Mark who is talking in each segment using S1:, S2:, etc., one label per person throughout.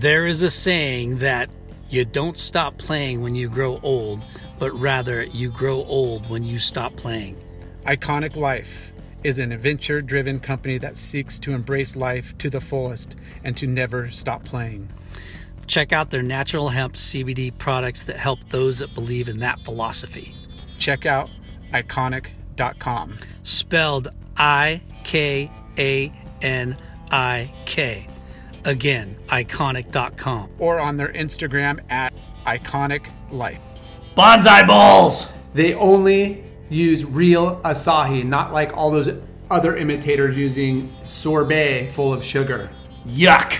S1: There is a saying that you don't stop playing when you grow old, but rather you grow old when you stop playing.
S2: Iconic Life is an adventure driven company that seeks to embrace life to the fullest and to never stop playing.
S1: Check out their natural hemp CBD products that help those that believe in that philosophy.
S2: Check out iconic.com.
S1: Spelled I K A N I K. Again, iconic.com.
S2: or on their Instagram at Iconic Life.
S3: Bonsai balls!
S4: they only use real asahi, not like all those other imitators using sorbet full of sugar.
S3: Yuck!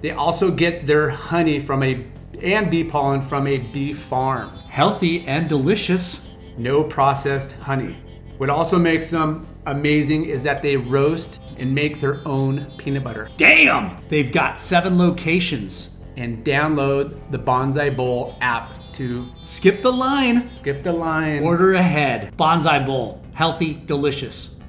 S4: They also get their honey from a and bee pollen from a bee farm.
S3: Healthy and delicious.
S4: No processed honey. What also makes them amazing is that they roast and make their own peanut butter
S3: Damn! They've got seven locations.
S4: and download the Bonsai Bowl app to
S3: Skip the line.
S4: skip the line.
S3: Order ahead. Bonsai bowl. Healthy, delicious.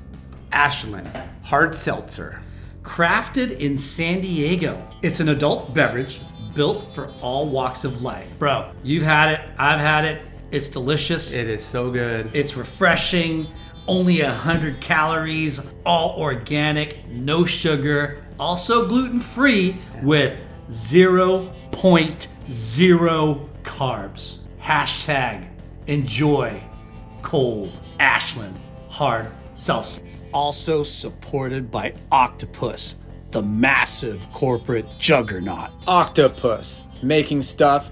S4: Ashland hard seltzer.
S3: Crafted in San Diego. It's an adult beverage built for all walks of life. Bro, you've had it. I've had it. It's delicious.
S4: It is so good.
S3: It's refreshing, only 100 calories, all organic, no sugar, also gluten free with 0.0 carbs. Hashtag enjoy cold Ashland hard seltzer. Also supported by Octopus, the massive corporate juggernaut.
S5: Octopus, making stuff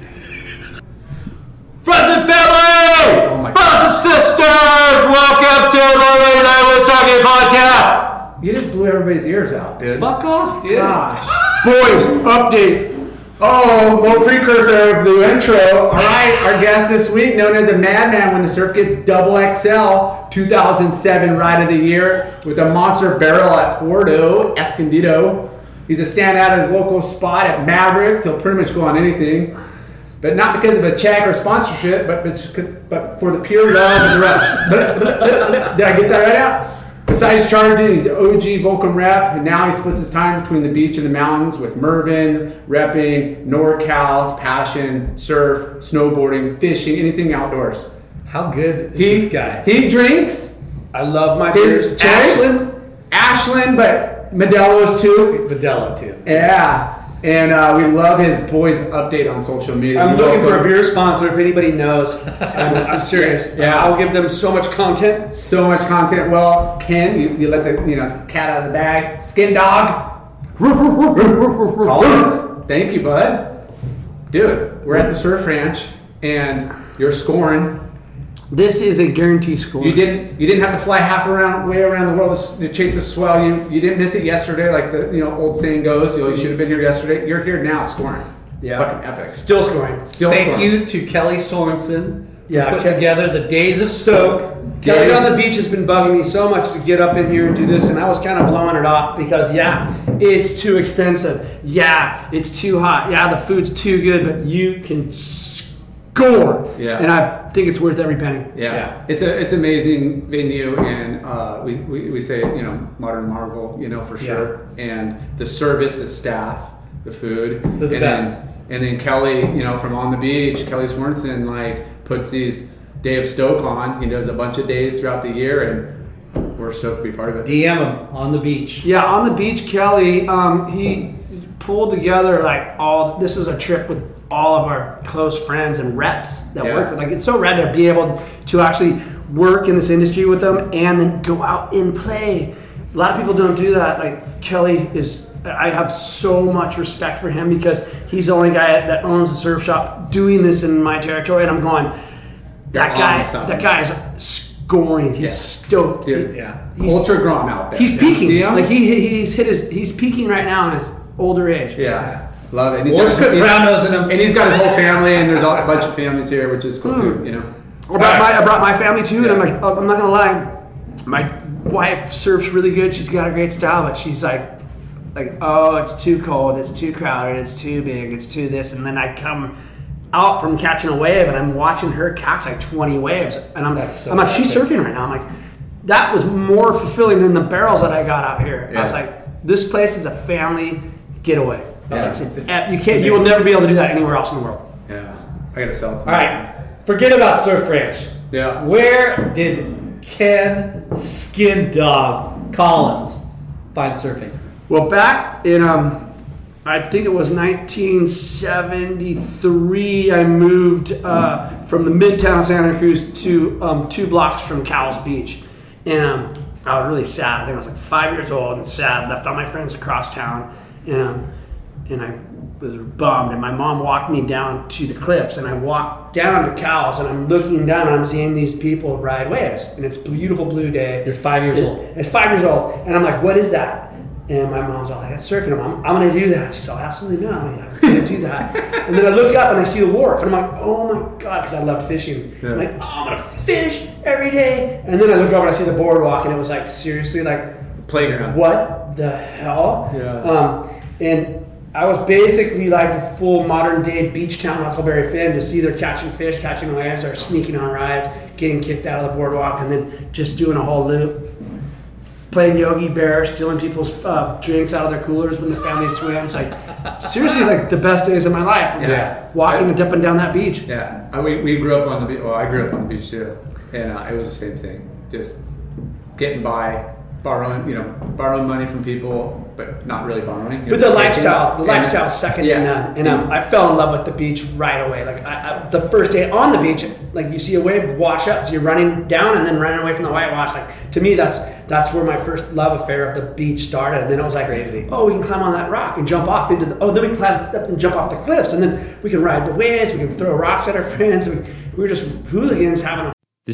S3: Friends and family! Brothers and sisters! Welcome to the Late Night with Talking Podcast!
S4: You just blew everybody's ears out, dude.
S3: Fuck off, dude.
S4: Boys, update. Oh, little precursor of the intro. All right, our guest this week, known as a madman when the surf gets double XL, 2007 ride of the year with a monster barrel at Porto, Escondido. He's a standout at his local spot at Mavericks. He'll pretty much go on anything, but not because of a check or sponsorship, but but, but for the pure love of the rush. Did I get that right out? Besides charging, he's the OG Volcom rep, and now he splits his time between the beach and the mountains with Mervin, repping, NorCal, passion, surf, snowboarding, fishing, anything outdoors.
S3: How good is
S4: He,
S3: this guy?
S4: He drinks.
S3: I love my
S4: His
S3: beers.
S4: choice, Ashland, Ashland, but Modelo's too.
S3: Modelo, too.
S4: Yeah. And uh, we love his boys update on social media.
S6: I'm looking for a
S4: Welcome.
S6: beer sponsor if anybody knows. I'm, I'm serious.
S4: Yeah.
S6: I'll give them so much content.
S4: So much content. Well, Ken, you, you let the you know cat out of the bag. Skin dog. Collins, thank you, bud. Dude, we're at the surf ranch, and you're scoring.
S6: This is a guarantee score.
S4: You didn't you didn't have to fly half around way around the world to s- to chase a swell. You you didn't miss it yesterday, like the you know old saying goes. You, know, you should have been here yesterday. You're here now, scoring.
S6: Yeah.
S4: fucking epic.
S6: Still scoring.
S4: Still
S3: Thank
S4: scoring.
S3: you to Kelly Sorensen.
S6: Yeah,
S3: Put
S6: Ke-
S3: together the Days of Stoke.
S6: Getting on the beach has been bugging me so much to get up in here and do this, and I was kind of blowing it off because, yeah, it's too expensive. Yeah, it's too hot. Yeah, the food's too good, but you can score.
S4: Yeah.
S6: And I think it's worth every penny.
S4: Yeah. it's a it's amazing venue, and uh, we, we we say you know modern marvel, you know for sure, and the service, the staff, the food,
S3: They're the
S4: and
S3: best.
S4: Then, and then Kelly, you know, from on the beach, Kelly Swanson like puts these Day of Stoke on. He does a bunch of days throughout the year, and we're stoked to be part of it.
S3: DM him on the beach.
S6: Yeah, on the beach, Kelly. Um, he pulled together like all this is a trip with all of our close friends and reps that
S4: Yeah.
S6: work with. Like it's so rad to be able to actually work in this industry with them and then go out and play. A lot of people don't do that. Like Kelly is. I have so much respect for him because he's the only guy that owns a surf shop doing this in my territory, and I'm going. That
S4: You're
S6: guy,
S4: on something.
S6: that guy is scoring. He's stoked.
S4: Dude,
S6: He-
S4: yeah.
S6: he's-
S4: Ultra Grom out there.
S6: He's
S4: You see
S6: peaking.
S4: him?
S6: Like he he's hit his he's peaking right now in his older age.
S4: Yeah, love it. And he's
S5: Well, it's
S4: got-
S5: good
S4: he's-
S5: brown nosing him.
S4: And he's got his whole family, and there's all- a bunch of families here, which is cool too. You know.
S6: I brought,
S5: Alright.
S6: my, I brought my family too, and I'm like, oh, I'm not gonna lie, my wife surfs really good. She's got a great style, but she's like, like, oh, it's too cold, it's too crowded, it's too big, it's too this, and then I come out from catching a wave, and I'm watching her catch like 20 waves, and I'm,
S3: so
S6: I'm like, she's surfing right now. I'm like, that was more fulfilling than the barrels that I got out here. I was
S4: Yeah.
S6: like, this place is a family getaway.
S4: Yeah.
S6: It's an-
S4: It's
S6: you can't, you will never be able to do that anywhere else in the world.
S4: Yeah, I gotta sell it. To
S3: All right, forget about Surf Ranch.
S4: Yeah.
S3: Where did Ken Skin Dog Collins find surfing?
S6: Well, back in um, I think it was 1973. I moved uh, from the Midtown Santa Cruz to um, two blocks from Cowles Beach, and um, I was really sad. I think I was like five years old and sad. Left all my friends across town, and um, and I was bummed. And my mom walked me down to the cliffs, and I walked down to Cowles, and I'm looking down, and I'm seeing these people ride waves, and it's beautiful blue day.
S3: You're five years
S6: And-
S3: old.
S6: and five years old. And I'm like, what is that? And my mom's all like, that's surfing. I'm, I'm going to do that. She's all, absolutely not. I'm like, I'm going to do that. and then I look up and I see the wharf. And I'm like, oh my God, because I loved fishing. I'm like, oh, I'm going to fish every day. And then I look over and I see the boardwalk. And it was like, seriously, like,
S4: Playground.
S6: what the hell?
S4: Yeah.
S6: Um, and I was basically like a full modern day beach town Huckleberry Finn, just either catching fish, catching waves, or sneaking on rides, getting kicked out of the boardwalk, and then just doing a whole loop. Playing Yogi Bear, stealing people's uh, drinks out of their coolers when the family swims. Like, seriously, like the best days of my life. was
S4: Yeah.
S6: Walking and up and down that beach.
S4: Yeah, I, we, we grew up on the beach. Well, I grew up on the beach too, and uh, it was the same thing. Just getting by, borrowing, you know, borrowing money from people, but not really borrowing.
S6: But the lifestyle, the
S4: And-
S6: lifestyle is second
S4: yeah. Mm.
S6: to none. And um, I fell in love with the beach right away. Like I, I, the first day on the beach, like you see a wave wash up, so you're running down and then running away from the whitewash. Like to me, that's that's where my first love affair of the beach started. And then I was like,
S4: Crazy.
S6: Oh, we can climb on that rock and jump off into the. Oh, then we can climb up and jump off the cliffs, and then we can ride the waves. We can throw rocks at our friends. We, we were just hooligans having a
S7: The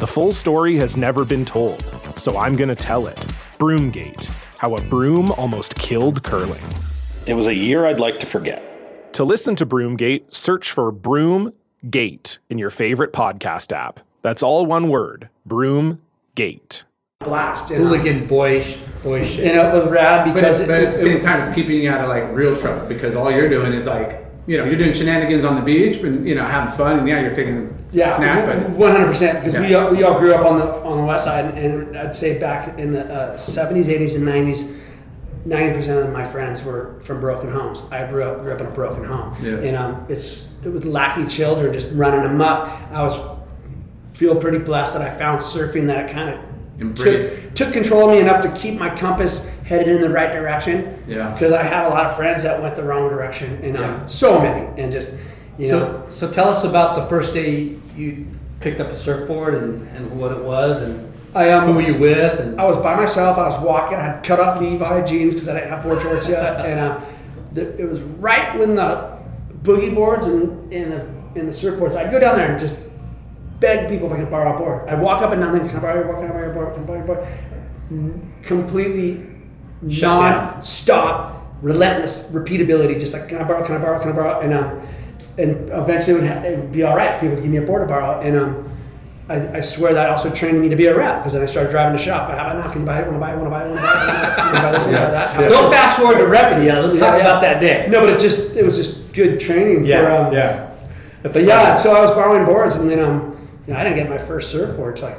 S8: The full story has never been told, so I'm going to tell it. Broomgate, how a broom almost killed curling.
S9: It was a year I'd like to forget.
S8: To listen to Broomgate, search for Broomgate in your favorite podcast app. That's all one word Broomgate.
S6: blast. And, um,
S3: Hooligan boyish, boyish.
S6: and it was rad
S4: Mm-hmm. But,
S6: because
S4: it- but at the same time, it's keeping you out of like real trouble because all you're doing is like, you know, you're doing shenanigans on the beach, and you know, having fun, and yeah, you're taking
S6: Yeah,
S4: a snap, but
S6: one hundred percent. Because we
S4: Yeah.
S6: all, we all grew up on the on the west side, and, I'd say back in the uh, seventies, eighties, and nineties, ninety percent of my friends were from broken homes. I grew up grew up in a broken home,
S4: Yeah.
S6: and um, it's with lackey children just running amok. I was feel pretty blessed that I found surfing that kind of
S4: Embrace.
S6: took, took control of me enough to keep my compass headed in the right direction.
S4: Yeah.
S6: because I had a lot of friends that went the wrong direction, and um, so many, and just you know.
S3: So, so tell us about the first day you picked up a surfboard and, and what it was and
S6: um,
S3: who were you with? And
S6: I was by myself. I was walking. I had cut off Levi jeans because I didn't have board shorts yet. and uh, the, it was right when the boogie boards and, and the and the surfboards. I'd go down there and just beg people if I could borrow a board. I'd walk up and down there. Can I borrow your board? Can I borrow your board? Can I borrow your board? N- Completely
S3: Shut down.
S6: non-stop, relentless repeatability. Just like can I borrow? Can I borrow? Can I borrow? And um, and eventually it would, ha- it would be all right. People would give me a board to borrow. And um, I, I swear that also trained me to be a rep because then I started driving the shop. How about now? Can you buy it? Want to buy it? Want to buy it? Want to buy it? Want to buy this? Want to buy that? How about
S3: Don't
S6: this?
S3: fast forward to repping. Yeah, let's talk about that day.
S6: No, but it just it was just good training. for, um,
S3: yeah.
S6: but yeah, so I was borrowing boards, and then um, you know, I didn't get my first surfboard. It's like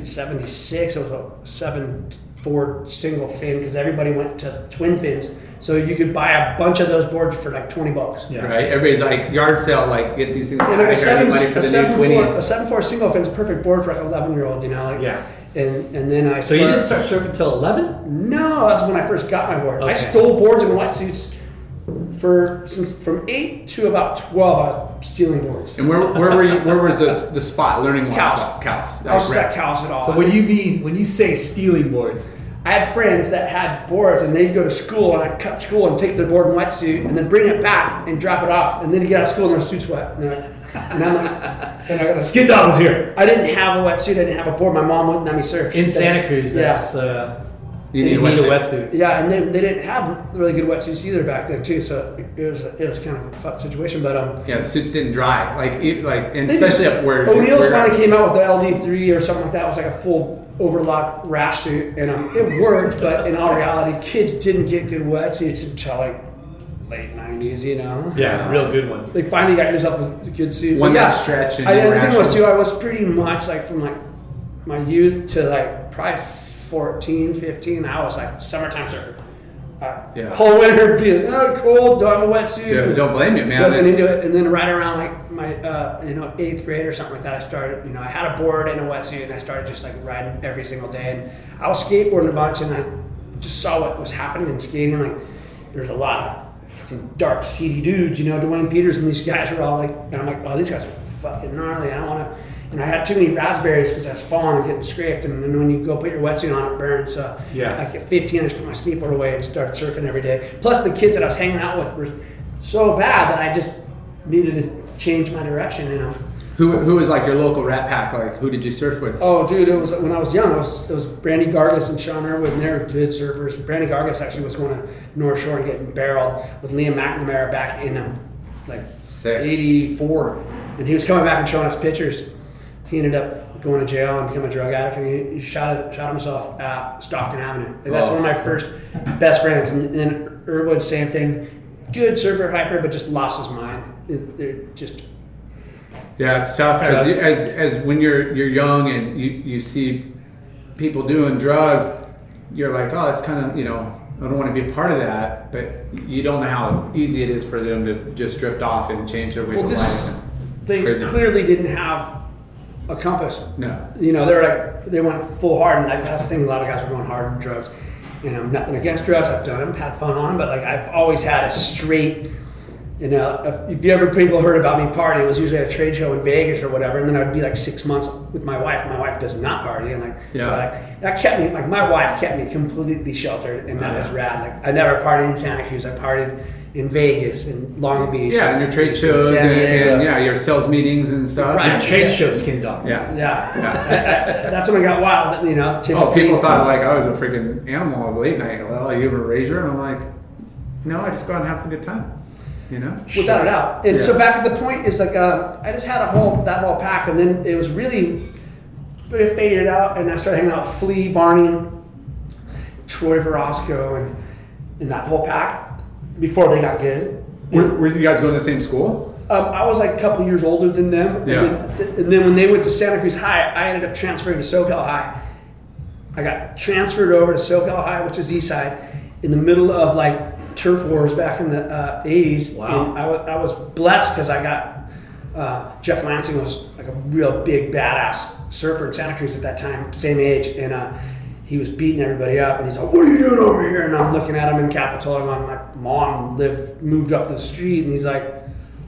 S6: 1976. It was a seven four single fin because everybody went to twin fins, so you could buy a bunch of those boards for like 20 bucks.
S4: Right? Everybody's like yard sale, like get these things.
S6: And
S4: out
S6: like
S4: of
S6: a
S4: here,
S6: seven,
S4: get money for the new
S6: a seven four,
S4: 20.
S6: a seven four single fin's a perfect board for like an 11 year old. You know, like
S4: Yeah.
S6: And and then I
S3: So you didn't
S6: started-
S3: start surfing till 11?
S6: no, that's when I first got my board. I
S3: Okay.
S6: stole boards and wetsuits for since from eight to about twelve. I was stealing boards.
S4: And where, where were you? Where was this the spot? Learning
S6: Cows.
S4: Spot? Cows.
S6: I was just
S4: Like,
S6: at Cal's at all.
S3: So what do you mean when you say stealing boards?
S6: I had friends that had boards and they'd go to school and I'd cut school and take their board and wetsuit and then bring it back and drop it off and then you get out of school and their suit's wet. And, they're like- and I'm like, and I got
S3: Skid Dog was here.
S6: I didn't have a wetsuit. I didn't have a board. My mom wouldn't let me surf. She
S3: In
S6: said-
S3: Santa Cruz,
S6: Yeah.
S3: that's, uh,
S4: You need, a
S3: wetsuit.
S6: Yeah, and they, they didn't have really good wetsuits either back then too, so it was it was kind of a fucked situation. But um,
S4: Yeah, the suits didn't dry. Like, it, like, and
S6: They
S4: especially
S6: just-
S4: up where
S6: O'Neill's
S4: where-
S6: finally came out with the LD three or something like that. It was like a full overlock rash suit, and um, it worked. but in all reality, kids didn't get good wetsuits until like late nineties. You know,
S3: Yeah, real good ones.
S6: They finally got yourself a good suit.
S4: One
S6: But
S4: that's stretch and
S6: I, and the thing was
S4: rational.
S6: too, I was pretty much like from like my youth to like probably 14, 15, I was like summertime surfer. Uh,
S4: Yeah.
S6: Whole winter being oh cold, don't have a wetsuit.
S4: Yeah, don't blame you, man.
S6: Wasn't
S4: It's-
S6: into it, and then right around like my uh, you know eighth grade or something like that, I started you know I had a board and a wetsuit, and I started just like riding every single day, and I was skateboarding a bunch, and I just saw what was happening in skating. Like there's a lot of fucking dark, seedy dudes, you know, Dwayne Peters and these guys were all like, and I'm like, oh, these guys are fucking gnarly. I don't want to. And I had too many raspberries because I was falling and getting scraped, and then when you go put your wetsuit on, it burns. So
S3: Yeah.
S6: I at 15, I just put my skateboard away and started surfing every day. Plus, the kids that I was hanging out with were so bad that I just needed to change my direction. You know.
S4: Who, who was like your local rat pack? Like, who did you surf with?
S6: Oh, dude, it was when I was young. It was it was Brandy Gargis and Sean Irwin. and They're good surfers. Brandy Gargis actually was going to North Shore and getting barreled with Liam McNamara back in um, like
S4: Sick.
S6: '84, and he was coming back and showing us pictures. He ended up going to jail and becoming a drug addict, and he, he shot shot himself at Stockton Avenue. And that's one of my first best friends. And then Irwin, same thing. Good surfer, hyper, but just lost his mind. It- They're just
S4: Yeah, it's tough as, you, as as when you're you're young and you, you see people doing drugs, you're like, oh, it's kind of you know, I don't want to be a part of that, but you don't know how easy it is for them to just drift off and change their ways
S6: well,
S4: of
S6: this
S4: life.
S6: they
S4: crazy.
S6: clearly didn't have a compass.
S4: No,
S6: you know, they're like they went full hard, and I, I think a lot of guys were going hard on drugs. You know, nothing against drugs. I've done them, had fun on, 'em, but like I've always had a straight. You know, if, if you ever people heard about me partying, it was usually at a trade show in Vegas or whatever, and then I'd be like six months with my wife. My wife does not party, and like so
S4: Yeah.
S6: like that kept me like my wife kept me completely sheltered, and that
S4: Oh,
S6: was rad. Like I never partied in Santa Cruz. I partied in Vegas and Long Beach.
S4: yeah, and your trade shows
S6: San
S4: and, and
S6: Diego.
S4: yeah, your sales meetings and stuff.
S6: Right.
S3: Trade show Skin Dog.
S4: Yeah. yeah.
S6: Yeah, I- I- that's when I got wild. You know, Tim
S4: Oh, people
S6: McLean-
S4: thought like I was a freaking animal at late night. Well, you have a razor, and I'm like, no, I just go out and have a good time. You know.
S6: without a doubt. And
S4: Yeah.
S6: so back to the point is like uh, I just had a whole that whole pack, and then it was really it faded out, and I started hanging out with Flea, Barney, Troy Verosco, and and that whole pack before they got good.
S4: Were, were you guys going to the same school?
S6: Um, I was like a couple years older than them,
S4: Yeah.
S6: and, then, and then when they went to Santa Cruz High, I ended up transferring to SoCal High. I got transferred over to SoCal High, which is East Side, in the middle of like turf wars back in the uh, 80s.
S3: Wow.
S6: And I wa- I was blessed because I got uh, Jeff Lansing was like a real big badass surfer in Santa Cruz at that time, same age, and uh, he was beating everybody up. And he's like, "What are you doing over here?" And I'm looking at him in Capitola, and I'm like, "Mom lived moved up the street," and he's like,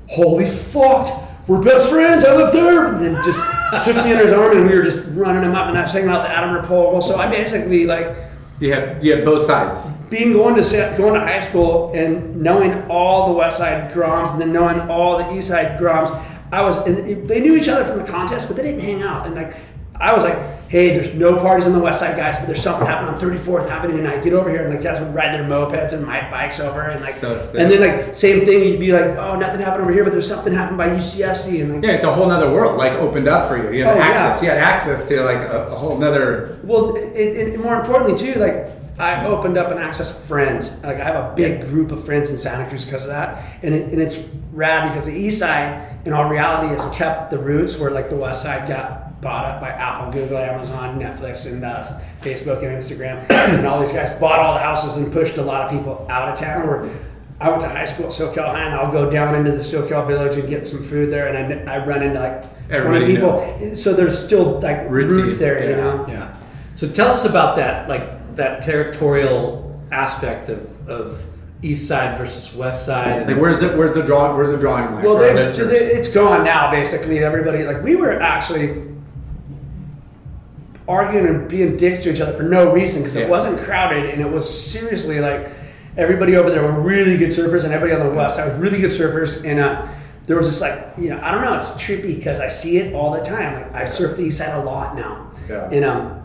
S6: "Holy fuck, we're best friends. I live there." And then just took me under his arm and we were just running him up and I was hanging out to Adam Rapoport. So I basically like
S4: You have you have both sides.
S6: being going to sa- going to high school and knowing all the West Side Groms and then knowing all the East Side Groms, I was and it- they knew each other from the contest, but they didn't hang out. And like I was like, hey, there's no parties on the West Side, guys, but there's something happening on 34th Avenue tonight. Get over here, and like guys would ride their mopeds and my bikes over, and like
S4: So sick.
S6: and then like same thing, you'd be like, oh, nothing happened over here, but there's something happened by UCSC, and like
S4: Yeah, it's a whole nother world, like opened up for you. You have
S6: Oh, yeah.
S4: access. You had access to like a, a whole nother
S6: Well, it, it, more importantly too, like I opened up an access to friends. Like I have a big group of friends in Santa Cruz because of that, and it, and it's rad because the East Side, in all reality, has kept the roots where like the West Side got bought up by Apple, Google, Amazon, Netflix, and uh, Facebook and Instagram, and all these guys bought all the houses and pushed a lot of people out of town. Where I went to high school at SoCal High, and I'll go down into the SoCal Village and get some food there, and I, I run into like
S4: Everybody
S6: twenty people. So there's still like
S4: Rootsy,
S6: roots there,
S4: yeah.
S6: you know.
S3: Yeah. So tell us about that, like that territorial aspect of, of East Side versus West Side.
S4: like where's it where's the draw where's the drawing line?
S6: Well,
S4: for our
S6: they,
S4: listeners?
S6: they, it's gone now. Basically, everybody like we were actually arguing and being dicks to each other for no reason because
S4: Yeah.
S6: it wasn't crowded and it was seriously like everybody over there were really good surfers and everybody on the west side was really good surfers and uh, there was just like you know I don't know it's trippy because I see it all the time. Like I surf the east side a lot now,
S4: Yeah.
S6: and um,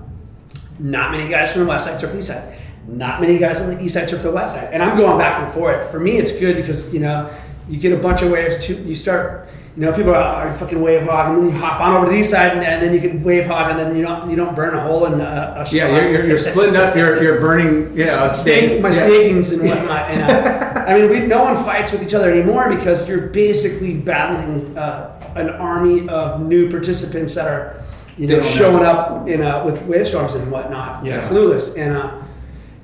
S6: not many guys from the west side surf the east side. Not many guys on the east side surf the west side. And I'm going back and forth. For me, it's good because, you know, you get a bunch of waves. Too, you start, you know, people are, oh, you fucking wave hog. And then you hop on over to the east side and, and then you can wave hog and then you don't, you don't burn a hole in a, a
S4: yeah, you're, you're, you're splitting up. You're you're burning. Yeah, uh,
S6: snake,
S4: things.
S6: my
S4: yeah.
S6: snakings and whatnot. And, uh, I mean, we, no one fights with each other anymore because you're basically battling uh, an army of new participants that are, you know,
S4: They don't
S6: showing
S4: know.
S6: up in uh, with wave storms and whatnot.
S4: Yeah.
S6: clueless. And uh,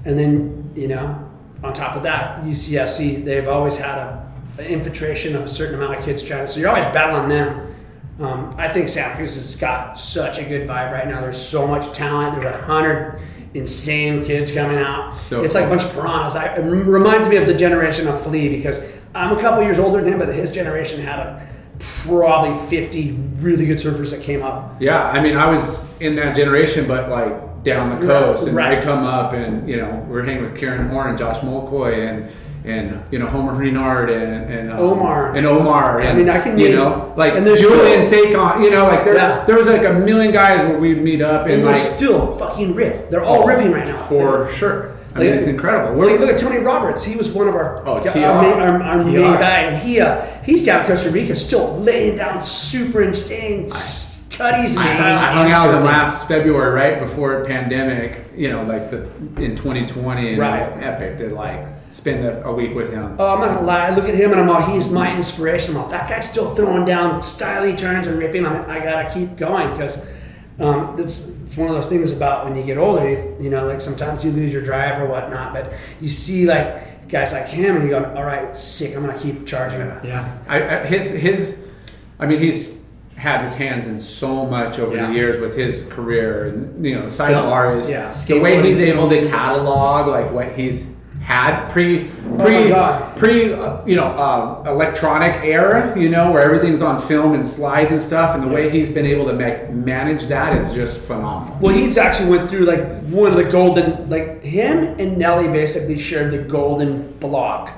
S6: and then you know, on top of that, UCSC they've always had a an infiltration of a certain amount of kids trying. So you're always battling them. Um, I think Santa Cruz has got such a good vibe right now. There's so much talent. There's a hundred insane kids coming out.
S4: So
S6: it's like a bunch of piranhas. I, it reminds me of the generation of Flea because I'm a couple years older than him, but his generation had a, probably 50 really good surfers that came up.
S4: Yeah, I mean, I was in that generation, but like down the
S6: Right,
S4: coast, and
S6: right.
S4: I come up, and you know, we're hanging with Karen Horn and Josh Molkoy, and and you know Homer Renard and, and um,
S6: Omar.
S4: and Omar.
S6: I
S4: And,
S6: mean, I can
S4: you
S6: name-
S4: know like
S6: and
S4: and
S6: there's
S4: Julian
S6: still-
S4: Saquon. You know, like there
S6: Yeah.
S4: there was like a million guys where we'd meet up and,
S6: And they're
S4: like
S6: still fucking ripped. They're all ripping right now.
S4: Oh, for sure. I mean,
S6: Like,
S4: it's incredible.
S6: Look,
S4: We're,
S6: at- look at Tony Roberts. He was one of our
S4: Oh,
S6: our,
S4: TR.
S6: main, our, our main
S4: TR.
S6: guy, and he uh, he's down in Costa Rica, still laying down super insane s- cutties and
S4: I,
S6: style.
S4: I hung out with him last February, right before pandemic. You know, like the in 2020, and
S6: Right.
S4: it was epic to like spend a, a week with him.
S6: Oh, I'm not gonna lie. I look at him and I'm all, he's my inspiration. I'm all, that guy's still throwing down styly turns and ripping. I'm like, I gotta keep going because um, it's, it's one of those things about when you get older, you, you know, like sometimes you lose your drive or whatnot, but you see like guys like him and you go, all right, sick, I'm gonna keep charging. Yeah.
S4: I, I, his his, I mean, he's had his hands in so much over
S6: Yeah.
S4: the years with his career, and you know, sidebar is
S6: yeah,
S4: the way he's
S6: skateboarding.
S4: able to catalog like what he's had pre
S6: Oh my
S4: pre
S6: God.
S4: pre uh, you know um, electronic era, you know, where everything's on film and slides and stuff, and the way he's been able to make, manage that is just phenomenal.
S6: Well, he's actually went through like one of the golden, like him and Nelly basically shared the golden block.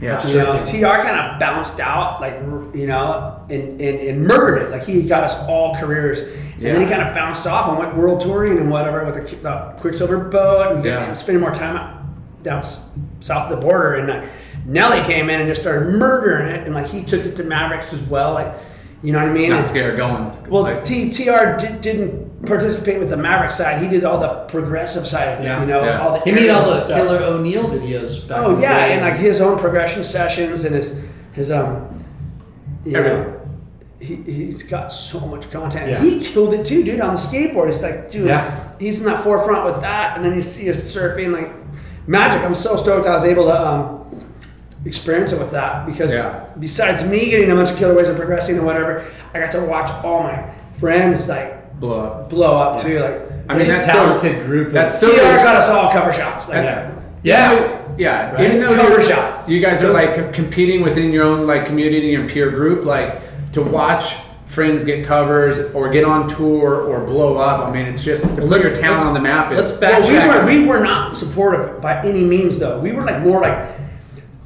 S4: Yeah,
S6: You know, TR kind of bounced out, like you know, and, and and murdered it. Like he got us all careers, and then he
S4: Yeah.
S6: kind of bounced off and went world touring and whatever with the, the Quicksilver boat and
S4: Yeah.
S6: spending more time out down s- south of the border. And uh, Nelly came in and just started murdering it, and like he took it to Mavericks as well. Like, you know what I mean?
S4: not
S6: And-
S4: scared going.
S6: well,
S4: like,
S6: T- TR did, didn't participate with the Maverick side. He did all the progressive side of it.
S4: Yeah,
S6: you know,
S4: yeah.
S6: all the
S3: You mean all
S6: aerials and
S3: those
S6: stuff.
S3: Killer O'Neill videos back in
S6: Oh
S3: the
S6: yeah,
S3: day?
S6: and like his own progression sessions and his his um. You
S4: Everything.
S6: know, he, he's got so much content.
S3: Yeah.
S6: He killed it too, dude, on the skateboard. It's like, dude,
S3: Yeah.
S6: he's in that forefront with that, and then you see him surfing like magic. I'm so stoked I was able to um, experience it with that because
S4: Yeah.
S6: besides me getting a bunch of killer waves and progressing and whatever, I got to watch all my friends like
S4: blow up.
S6: blow up too. Like
S4: I mean,
S6: they-
S4: that's so,
S3: talented group of-
S4: That's so
S6: CR got us all cover shots. Like,
S4: Yeah.
S6: Yeah.
S4: Yeah.
S6: Right.
S4: Even though
S6: Cover
S4: you're-
S6: shots.
S4: you guys are like competing within your own like community and peer group, like to watch friends get covers or get on tour or blow up. I mean, it's just to put your town on the map. Is,
S6: Let's backtrack. Well, we, were, we were not supportive by any means, though. We were like more like,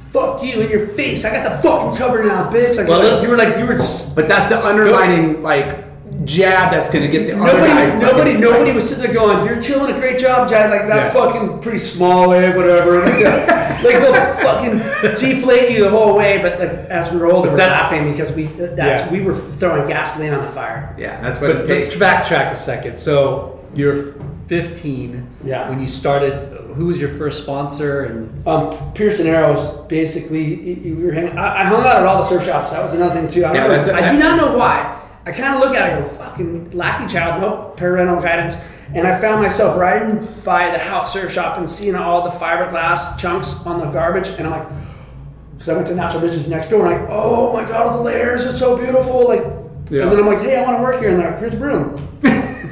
S6: "Fuck you in your face! I got the fucking cover now, bitch!" Like,
S4: Well,
S6: like,
S4: let's-
S6: you were like, you were. s-
S4: But that's the underlining like jab that's going to get the other guy
S6: Nobody,
S4: fucking
S6: nobody,
S4: psyched.
S6: nobody was sitting there going, "You're killing a great job, Jad." Like that
S4: Yeah.
S6: fucking pretty small wave, whatever. Like, that- like they'll fucking deflate you the whole way. But like, as we were older, we're
S3: that's-
S6: laughing because we uh, that's
S3: Yeah.
S6: we were throwing gasoline on the fire.
S4: Yeah, that's what
S3: But
S4: it
S3: let's
S4: takes.
S3: backtrack a second. So you're 15.
S6: Yeah.
S3: When you started, who was your first sponsor? And
S6: Um, Pearson Arrow was basically y- y- we were hanging. I, I hung out at all the surf shops. That was another thing too. I,
S4: Yeah,
S6: remember-
S4: that's a-
S6: I do not know why. I kind of look at it and go, "Fucking lackey child, no parental guidance." And I found myself riding by the house surf shop and seeing all the fiberglass chunks on the garbage, and I'm like, because I went to Natural Visions next door, and like, "Oh my god, all the layers! It's so beautiful!" Like,
S4: Yeah.
S6: and then I'm like, "Hey, I want to work here," and they're like, "Here's a broom."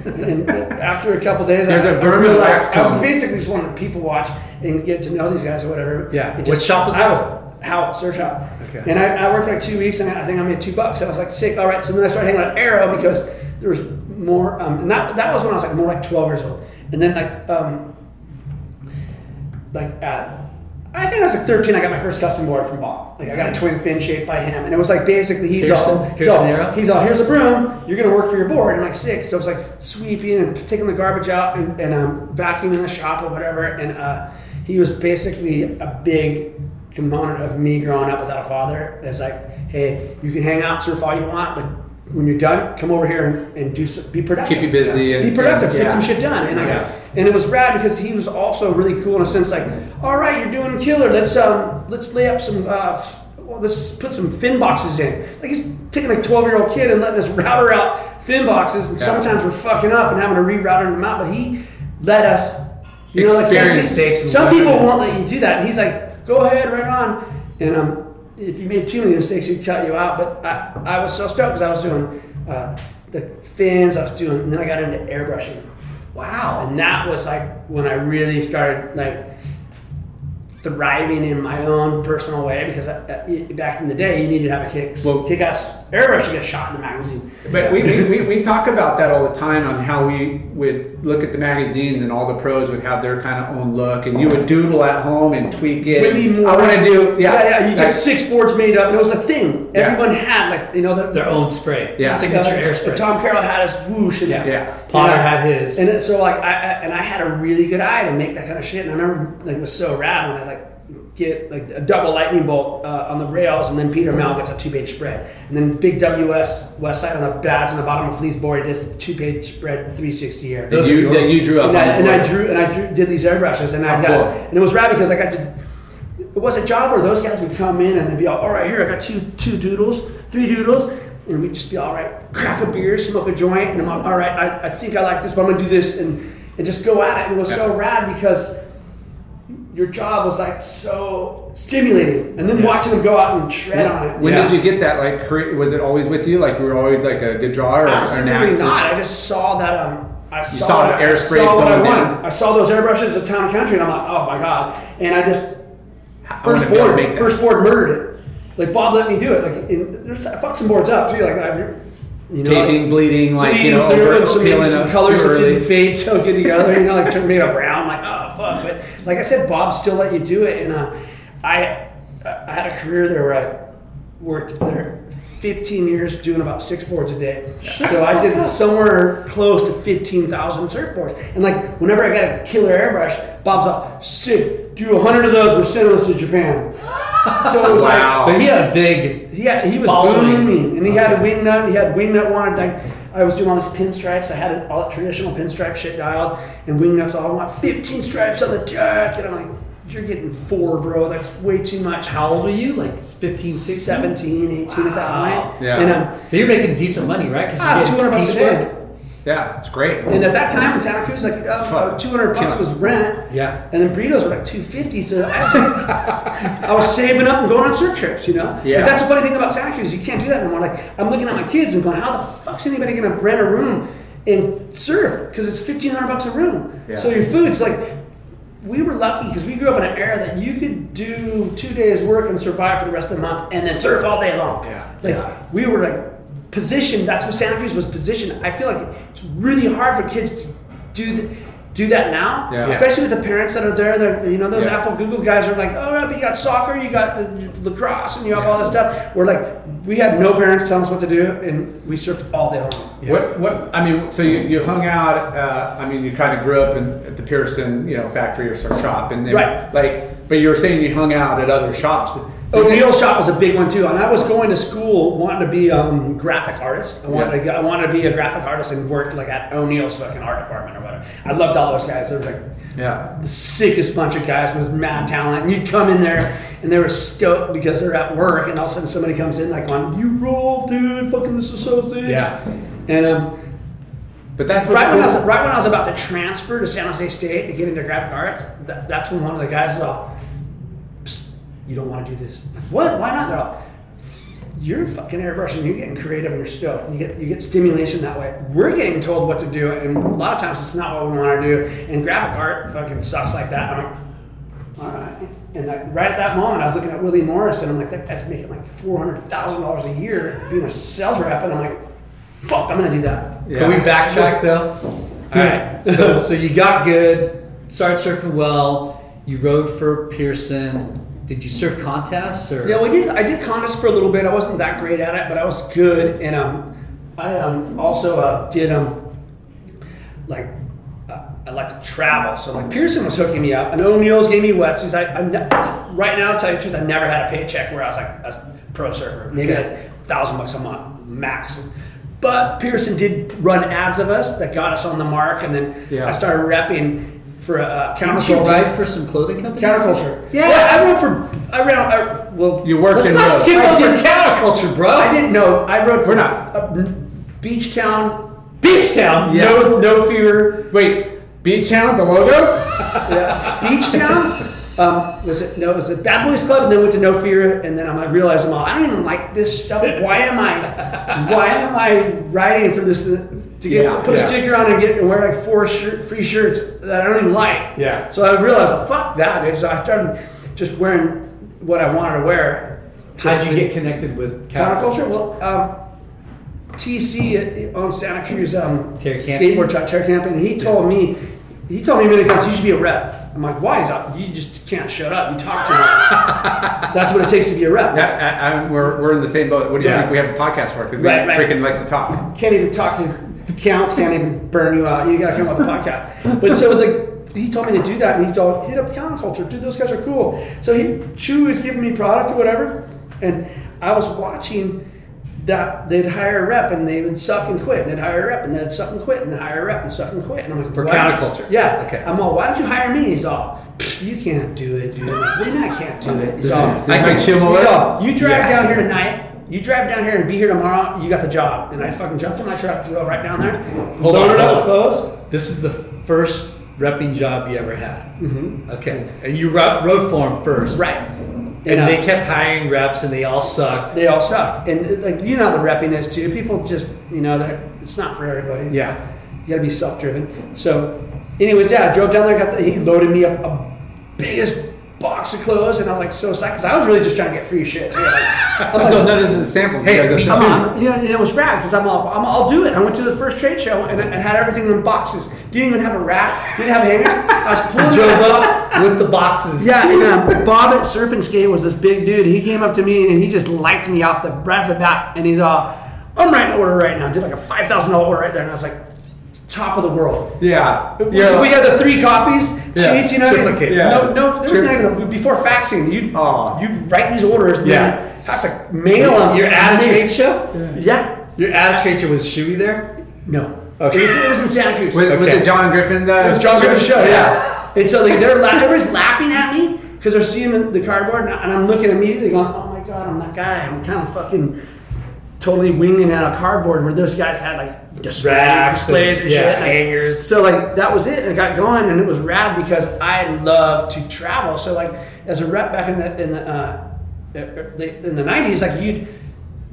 S6: and after a couple days,
S4: There's
S6: I,
S4: a
S6: I
S4: broom in the
S6: realized-
S4: last
S6: I
S4: company.
S6: basically just wanted to people watch and get to know these guys or whatever.
S3: Yeah.
S6: It
S3: What shop was
S6: I
S3: that?
S6: how surf shop.
S3: Okay.
S6: And I, I worked for like two weeks, and I think I made two bucks. And I was like, sick. All right. So then I started hanging out at Arrow because there was more. Um, and that that was when I was like more like twelve years old. And then like um, like at I think I was like thirteen. I got my first custom board from Bob. Like I got a twin fin shaped by him, and it was like basically he's
S3: Pearson-
S6: all he's
S3: Pearson
S6: all,
S3: Arrow?
S6: he's all here's a broom. You're gonna work for your board. And I'm like sick. So it was like sweeping and taking the garbage out and, and um, vacuuming the shop or whatever. And uh, he was basically a big component of me growing up without a father. It's like, hey, you can hang out, surf all you want, but when you're done, come over here and, and do some, be productive.
S4: Keep you busy
S6: Yeah.
S4: and-
S6: be productive.
S4: and-
S6: Get some
S4: yeah.
S6: shit done. And I
S4: Yeah.
S6: and it was rad because he was also really cool in a sense like all right you're doing killer let's um let's lay up some uh f- well, let's put some fin boxes in like he's taking a 12 year old kid and letting us router out fin boxes and
S4: Yeah.
S6: sometimes we're fucking up and having to rerouter them out but he let us you know like some,
S4: Experience
S6: peop-
S4: takes some
S6: some people
S4: learning.
S6: won't let you do that and he's like go ahead right on and um if you made too many mistakes he'd cut you out but i, I was so stoked because i was doing uh, the fins i was doing and then i got into airbrushing
S4: Wow.
S6: and that was like when I really started like thriving in my own personal way because I, I, back in the day you needed to have a kick
S4: Well-
S6: kick ass airbrush to get shot in the magazine.
S4: But we, we, we, we talk about that all the time on how we would look at the magazines and all the pros would have their kind of own look and you would doodle at home and tweak it.
S6: Whitney Moore.
S4: I want to do yeah
S6: yeah, You
S4: like-
S6: get six boards made up, and it was a thing.
S4: Yeah.
S6: Everyone had like you know the,
S3: their own spray.
S4: Yeah.
S3: Signature air
S6: Uh,
S3: spray.
S6: Tom Carroll had his whoosh, and
S3: Yeah.
S4: Yeah.
S3: Potter
S6: And I-
S3: had his.
S6: and it, so like I, I and I had a really good eye to make that kind of shit. And I remember like it was so rad when I like get like a double lightning bolt uh, on the rails, and then Peter Mal gets a two page spread, and then Big WS West Side on the badge on the bottom of Fleece board does a two page spread three sixty year.
S4: that you, that you drew up
S6: And,
S4: on
S6: I,
S4: the
S6: and I
S4: board.
S6: drew and I drew did these airbrushes and I
S4: Oh,
S6: got
S4: cool.
S6: and it was rad because I got to it was a job where those guys would come in and they'd be all, all right here I got two two doodles three doodles and we'd just be all right crack a beer smoke a joint and I'm all, all right I, I think I like this but I'm gonna do this and and just go at it and it was so rad because your job was like so stimulating and then watching them go out and shred on it
S4: When
S6: Yeah.
S4: did you get that? Like, cre- was it always with you? Like, we were always like a good drawer or or
S6: Absolutely
S4: an actor?
S6: not. I just saw that. Um, I saw,
S4: saw
S6: what I-
S4: the air
S6: I
S4: sprays
S6: saw what I
S4: going
S6: wanted.
S4: down.
S6: I saw those airbrushes of town and country, and I'm like, oh my god! And I just first
S4: wanna be able to
S6: board,
S4: make that.
S6: first board murdered it. Like Bob let me do it. Like in, there's I fucked some boards up too. Like I, you know,
S4: Taping,
S6: like,
S4: bleeding, like
S6: bleeding
S4: you know,
S6: through
S4: over,
S6: and some, maybe
S4: peeling
S6: some
S4: up
S6: colors
S4: too
S6: that
S4: early.
S6: didn't fade so good together. You know, like turned me a brown. Like oh fuck! But like I said, Bob still let you do it, and uh, I I had a career there where I worked there 15 years doing about six boards a day. So I did somewhere close to 15,000 surfboards. And like whenever I got a killer airbrush, Bob's like, "Sid, do 100 of those. We're sending those to Japan." So it was
S4: Wow.
S3: so he had a big.
S6: like, yeah, he was
S3: Following.
S6: booming, and he had a wingnut. He had wingnut wanted like. I was doing all these pinstripes. I had it- all that traditional pinstripe shit dialed, and wingnuts all I want 15 stripes on the jack, and I'm like, "You're getting four, bro. That's way too much."
S3: How old were you? Like 15, 16?
S6: 17, 18 at that
S3: Wow.
S6: point.
S4: Yeah.
S6: And um,
S3: So you're making decent money, right? Because
S6: ah, 200 bucks a day.
S4: Yeah, it's great.
S6: And at that time in Santa Cruz, like uh, uh, 200 bucks was rent.
S3: Yeah.
S6: And then burritos were like 250. So I was, like, I was saving up and going on surf trips, you know?
S4: Yeah.
S6: Like, that's the funny thing about Santa Cruz. You can't do that anymore. Like, I'm looking at my kids and going, how the fuck's anybody going to rent a room and surf? Because it's 1500 bucks a room.
S4: Yeah.
S6: So your food's like, we were lucky because we grew up in an era that you could do two days work and survive for the rest of the month and then surf all day long.
S4: Yeah.
S6: Like we were like positioned. That's what Santa Cruz was positioned. I feel like it's really hard for kids to do the, do that now,
S4: Yeah.
S6: especially with the parents that are there. They're, you know, those
S4: Yeah.
S6: Apple Google guys are like, oh, yeah, but you got soccer, you got the, lacrosse, and you have all this stuff. We're like, we had no parents telling us what to do, and we surfed all day long.
S4: What, what, I mean, so you, you hung out, uh, I mean, you kind of grew up in, at the Pearson, you know, factory or some shop and then,
S6: Right. Oh.
S4: like, but you were saying you hung out at other shops.
S6: O'Neill shop was a big one too, and I was going to school wanting to be a um, graphic artist. I wanted, to,
S4: Yeah.
S6: go- I wanted to be a graphic artist and work like at O'Neill's fucking art department or whatever. I loved all those guys. They were like
S4: Yeah.
S6: the sickest bunch of guys with mad talent. And you'd come in there and they were stoked because they're at work, and all of a sudden somebody comes in like, on, "You roll, dude! Fucking this is so sick!"
S4: Yeah.
S6: And um,
S4: But that's what's
S6: right when I
S4: cool.
S6: was right when I was about to transfer to San Jose State to get into graphic arts. That, that's when one of the guys was all, Psst, "You don't want to do this? Like, what? Why not?" They're all, "You're fucking airbrushing. You're getting creative and you're stoked. And you get you get stimulation that way. We're getting told what to do, and a lot of times it's not what we want to do. And graphic art fucking sucks like that. I'm like, all right. And that, right at that moment, I was looking at Willie Morris, and I'm like, that guy's making like four hundred thousand dollars a year being a sales rep, and I'm like, fuck, I'm gonna do that.
S3: Can we backtrack though? All right. So, so you got good, started surfing well. You rode for Pearson. Did you surf contests or?
S6: Yeah, we did. I did contests for a little bit. I wasn't that great at it, but I was good. And um, I um, also uh, did um, like uh, I like to travel. So like Pearson was hooking me up, and O'Neill's gave me wetsuits. I, I'm not, right now, to tell you the truth, I never had a paycheck where I was like a pro surfer, maybe
S3: Okay.
S6: like thousand bucks a month max. But Pearson did run ads of us that got us on the mark, and then
S3: Yeah.
S6: I started repping for uh,
S3: Didn't you
S6: counterculture.
S3: ride for some clothing companies?
S6: Counterculture.
S3: Yeah.
S6: Well, I wrote for. I ran. I, well,
S4: You worked
S6: Let's
S4: in
S6: not
S4: the-
S6: skip
S3: I
S6: over
S3: did-
S6: counterculture, bro. I didn't know. I wrote.
S4: We're not.
S6: Beach Town. Beach Town.
S4: Yes.
S6: No, no fear.
S4: Wait, Beach Town, the logos?
S6: Beach Town. Um, was it no? It was it Bad Boys Club, and then went to No Fear, and then I'm like realizing, well, I don't even like this stuff. Why am I? Why am I writing for this? uh, To get
S4: Yeah,
S6: put
S4: yeah.
S6: a sticker on and get and wear like four shirt, free shirts that I don't even like.
S4: Yeah.
S6: So I realized, fuck that, dude. So I started just wearing what I wanted to wear. to-
S3: How'd you get connected with
S6: Counterculture? Well, um, TC owns Santa Cruz um,
S3: Terry Campion?
S6: skateboard shop, Terry Campion, and he told me, he told me many times, you should be a rep. I'm like, why? He's like, you just can't shut up. You talk too much. That's what it takes to be a rep.
S4: Yeah, I, I, we're, we're in the same boat. What do you
S6: Yeah.
S4: think? We have a podcast for because we
S6: Right, right.
S4: freaking like to talk.
S6: Can't even talk to counts, can't even burn you out. You gotta come up with a podcast. But so, like, he told me to do that, and he told, hit up counterculture, dude, those guys are cool. So he, Chew was giving me product or whatever, and I was watching that they'd hire a rep and they would suck and quit, and they'd hire a rep and they'd suck and quit, and they'd hire a rep and suck and quit. And I'm like,
S3: For
S6: why-
S3: counterculture.
S6: Yeah.
S3: Okay.
S6: I'm all, why did you hire me? He's all, "Pfft, you can't do it, dude. What do you mean I can't do it? He's all,
S4: I can
S6: he's
S4: chill away.
S6: all, you drive down here tonight. You drive down here and be here tomorrow. You got the job. And I fucking jumped in my truck, drove right down there,
S3: Hold on,
S6: loaded up
S3: hold
S6: with clothes.
S3: This is the first repping job you ever had. Mm-hmm. Okay, and you ro- rode for them first,
S6: Right.
S3: And
S6: uh,
S3: they kept hiring reps, and they all sucked.
S6: they all sucked. And uh, like you know how the repping is too. People just you know they're it's not for everybody.
S3: Yeah.
S6: You gotta be self driven. So, anyways, yeah, I drove down there. Got the, he loaded me up a biggest box of clothes, and I was like so psyched because I was really just trying to get free shit. too. Like, I'm like,
S4: So, Oh, no, this is samples. Hey, you gotta go
S6: Come
S4: through.
S6: on. You know, and it was rad because I'm all, I'm all, I'll do it. I went to the first trade show and I I had everything in boxes. Didn't even have a rack. Didn't have hangers. I was pulling
S3: Drove
S6: it up.
S3: up with the boxes.
S6: Yeah, and um, Bob at Surf and Skate was this big dude. He came up to me and he just liked me off the right off the bat. And he's all, I'm writing an order right now. Did like a five thousand dollar order right there, and I was like, top of the world.
S4: Yeah.
S6: We,
S4: You're
S6: we
S4: like-
S6: had the three copies,
S4: Yeah.
S6: sheets, you know, what I mean?
S4: Duplicates. Yeah.
S6: no, no, there was
S4: True.
S6: not even a, before faxing. You
S4: Aw.
S6: you write these orders, and
S4: Yeah.
S6: then you have to mail them.
S3: You're at a trade show.
S6: Yeah,
S3: You're at a trade show with Shuey there.
S6: no.
S3: Okay.
S6: It was, it was in Santa Cruz.
S4: was, was
S3: Okay.
S4: it John Griffin? The
S6: It was John Griffin show, yeah. And so like they're la- everybody's laughing at me because they're seeing the- the cardboard, and, I- and I'm looking immediately going, "Oh my god, I'm that guy. I'm kind of fucking totally winging out of cardboard." Where those guys had like display,
S3: Racks and-
S6: displays and,
S3: yeah,
S6: shit, and, like,
S3: hangers.
S6: So like that was it, and I got going, and it was rad because I love to travel. So like as a rep back in the in the uh, in the '90s, like you'd.